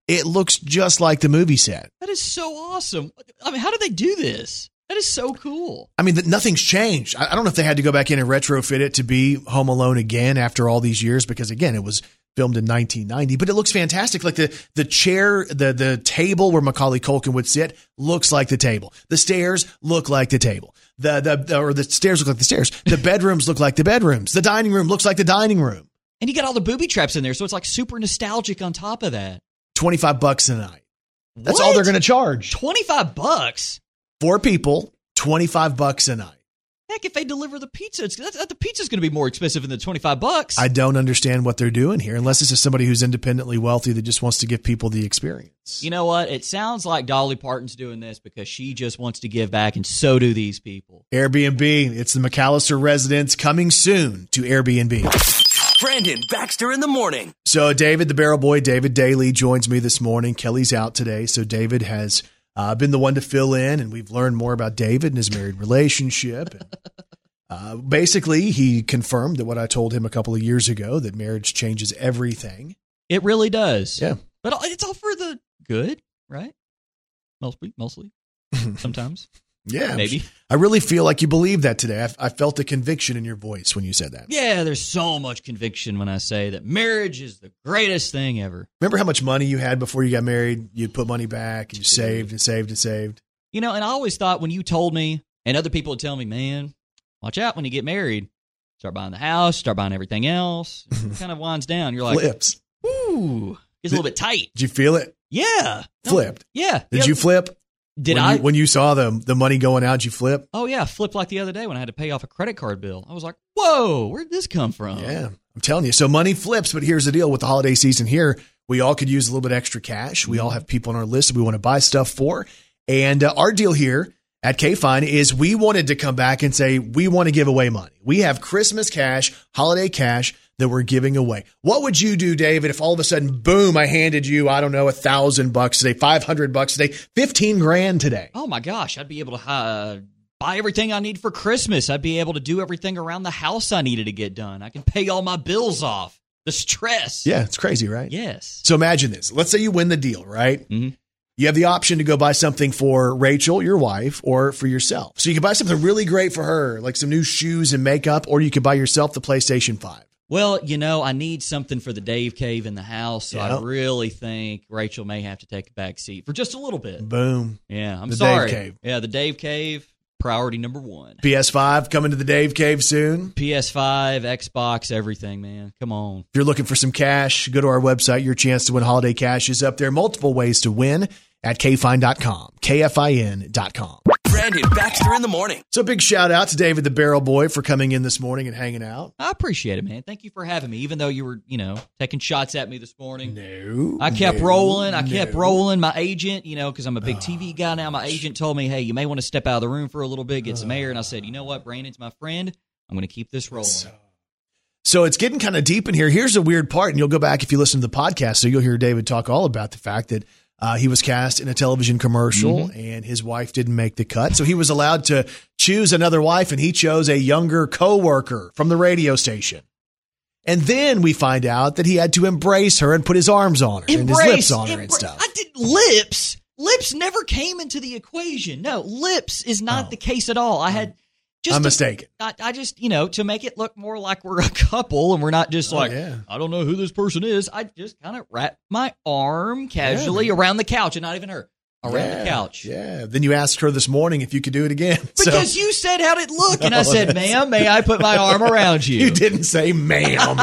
it looks just like the movie set. That is so awesome. I mean, how do they do this? That is so cool. I mean, th- nothing's changed. I, I don't know if they had to go back in and retrofit it to be Home Alone again after all these years, because again, it was filmed in 1990. But it looks fantastic. Like the the chair, the the table where Macaulay Culkin would sit looks like the table. The stairs look like the table. The the, the or the stairs look like the stairs. The bedrooms look like the bedrooms. The dining room looks like the dining room. And you got all the booby traps in there, so it's like super nostalgic on top of that. Twenty five bucks a night. That's all What? they're going to charge. 25 bucks. Four people, twenty five bucks a night. Heck, if they deliver the pizza, it's, that's, the pizza's going to be more expensive than the 25 bucks. I don't understand what they're doing here, unless this is somebody who's independently wealthy that just wants to give people the experience. you know what? It sounds like Dolly Parton's doing this because she just wants to give back, and so do these people. Airbnb, it's the McAllister residence coming soon to Airbnb. Brandon Baxter in the morning. So, David, the barrel boy, David Daly, joins me this morning. Kelly's out today, so David has uh, been the one to fill in, and we've learned more about David and his married relationship. And, uh, basically, he confirmed that what I told him a couple of years ago that marriage changes everything. It really does. Yeah. But it's all for the good, right? Mostly, mostly, sometimes. Yeah. Maybe. I really feel like you believe that today. I, I felt the conviction in your voice when you said that. Yeah, there's so much conviction when I say that marriage is the greatest thing ever. Remember how much money you had before you got married? You'd put money back and you saved and saved and saved. You know, and I always thought when you told me, and other people would tell me, man, watch out when you get married. Start buying the house, start buying everything else. It kind of winds down. You're like, Flips. ooh, it's a little bit tight. Did you feel it? Yeah. No, Flipped. Yeah. Did Yeah. you flip? Did When I? you- when you saw the the money going out, you flip. oh, yeah. I Flipped like the other day when I had to pay off a credit card bill. I was like, whoa, where'd this come from? Yeah, I'm telling you. So money flips, but here's the deal with the holiday season here. We all could use a little bit extra cash. We all have people on our list that we want to buy stuff for. And uh, our deal here at KFine is we wanted to come back and say, we want to give away money. We have Christmas cash, holiday cash that we're giving away. What would you do, David, if all of a sudden, boom, I handed you, I don't know, a thousand bucks today, 500 bucks today, 15 grand today? Oh my gosh, I'd be able to uh, buy everything I need for Christmas. I'd be able to do everything around the house I needed to get done. I can pay all my bills off. The stress. Yeah, it's crazy, right? Yes. So imagine this. Let's say you win the deal, right? You have the option to go buy something for Rachel, your wife, or for yourself. So you can buy something really great for her, like some new shoes and makeup, or you could buy yourself the PlayStation 5. Well, you know, I need something for the Dave Cave in the house, so Yeah. I really think Rachel may have to take a back seat for just a little bit. Boom. Yeah, I'm Mm. The Dave sorry. Cave. Yeah, the Dave Cave, priority number one. PS5 coming to the Dave Cave soon. PS5, Xbox, everything, man. Come on. If you're looking for some cash, go to our website. Your chance to win holiday cash is up there. Multiple ways to win at kfine.com, kfin.com. Brandon Baxter in the morning. So big shout out to David the Barrel Boy for coming in this morning and hanging out. I appreciate it, man. Thank you for having me, even though you were, you know, taking shots at me this morning. No. I kept no, rolling. I kept no. Ah. rolling. My agent, you know, because I'm a big TV guy now, my agent told me, hey, you may want to step out of the room for a little bit, get Ah. some air. And I said, you know what, Brandon's my friend. I'm going to keep this rolling. So it's getting kind of deep in here. Here's the weird part, and you'll go back if you listen to the podcast. So you'll hear David talk all about the fact that uh, he was cast in a television commercial Mm-hmm. and his wife didn't make the cut. So he was allowed to choose another wife, and he chose a younger coworker from the radio station. And then we find out that he had to embrace her and put his arms on her and his lips on her and embra- stuff. I did lips. Lips never came into the equation. No, lips is Oh. not the case at all. I had just I'm to- mistaken. I, I just, you know, to make it look more like we're a couple and we're not just Oh, like, yeah. I don't know who this person is. I just kind of wrap my arm casually around the couch and not even her, around Yeah, the couch. Yeah. Then you asked her this morning if you could do it again. So- Because you said how'd it look? And I said, that's- ma'am, may I put my arm around you? You didn't say ma'am.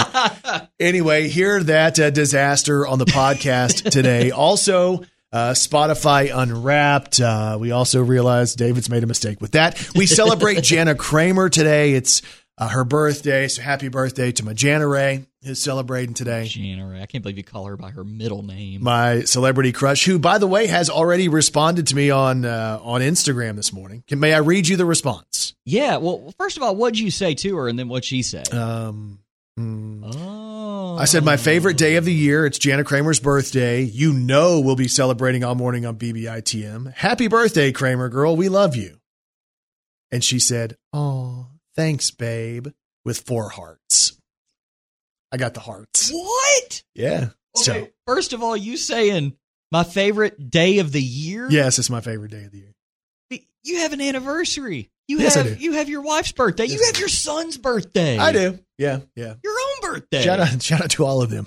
anyway, hear that uh, disaster on the podcast today. Also, uh, Spotify Unwrapped. Uh, we also realized David's made a mistake with that. We celebrate Jana Kramer today. It's uh, her birthday, so happy birthday to my Jana Ray, who's celebrating today. Jana Ray, I can't believe you call her by her middle name. My celebrity crush, who, by the way, has already responded to me on uh, on Instagram this morning. Can, may I read you the response? Yeah. Well, first of all, what'd you say to her, and then what she said? Um, mm, oh, I said my favorite day of the year. It's Jana Kramer's birthday. You know we'll be celebrating all morning on BBITM. Happy birthday, Kramer girl. We love you. And she said, "Oh, thanks, babe." With four hearts. I got the hearts. What? Yeah. So Okay, First of all, you saying my favorite day of the year? yes, it's my favorite day of the year. You have an anniversary. You Yes, I have do. you have your wife's birthday. You have your son's birthday. I do. Yeah. Yeah. Your own birthday. Shout out, shout out to all of them.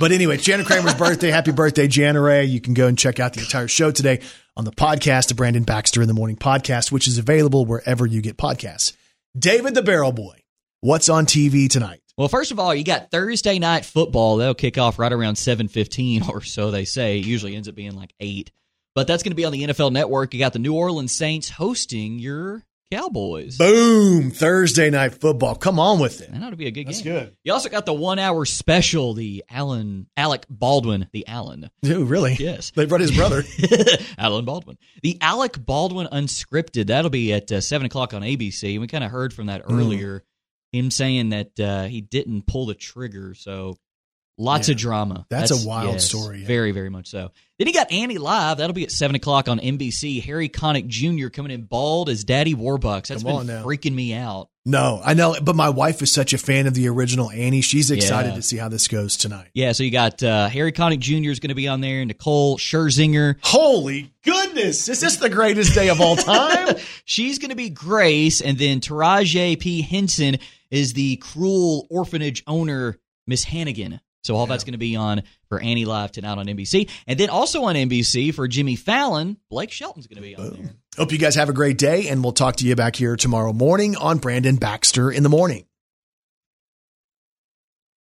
But anyway, it's Jana Kramer's birthday. Happy birthday, Jana Ray. You can go and check out the entire show today on the podcast, the Brandon Baxter in the Morning podcast, which is available wherever you get podcasts. David the Barrel Boy, what's on TV tonight? Well, first of all, you got Thursday night football. That'll kick off right around seven fifteen or so. They say it usually ends up being like eight, but that's going to be on the NFL Network. You got the New Orleans Saints hosting your Cowboys. Boom, Thursday night football. Come on with it. And that'll be a good That's game. good. You also got the one hour special, the Allen Alec Baldwin, the Allen. Dude, really? Yes. They brought his brother. Alan Baldwin. The Alec Baldwin Unscripted. That'll be at uh, 7 o'clock on ABC. We kind of heard from that Hmm. earlier. Him saying that uh, he didn't pull the trigger. So lots Yeah. of drama. That's a wild story, yeah. Very, very much so. Then he got Annie Live. That'll be at 7 o'clock on NBC. Harry Connick Jr. coming in bald as Daddy Warbucks. That's Come on been now. freaking me out. No, I know, but my wife is such a fan of the original Annie. She's excited Yeah. to see how this goes tonight. Yeah, so you got uh, Harry Connick Jr. is going to be on there. Nicole Scherzinger. Holy goodness. Is this the greatest day of all time? She's going to be Grace, and then Taraji P. Henson is the cruel orphanage owner, Miss Hannigan. So all that's going to be on for Annie Live tonight on NBC, and then also on NBC for Jimmy Fallon, Blake Shelton's going to be on there. Hope you guys have a great day, and we'll talk to you back here tomorrow morning on Brandon Baxter in the Morning.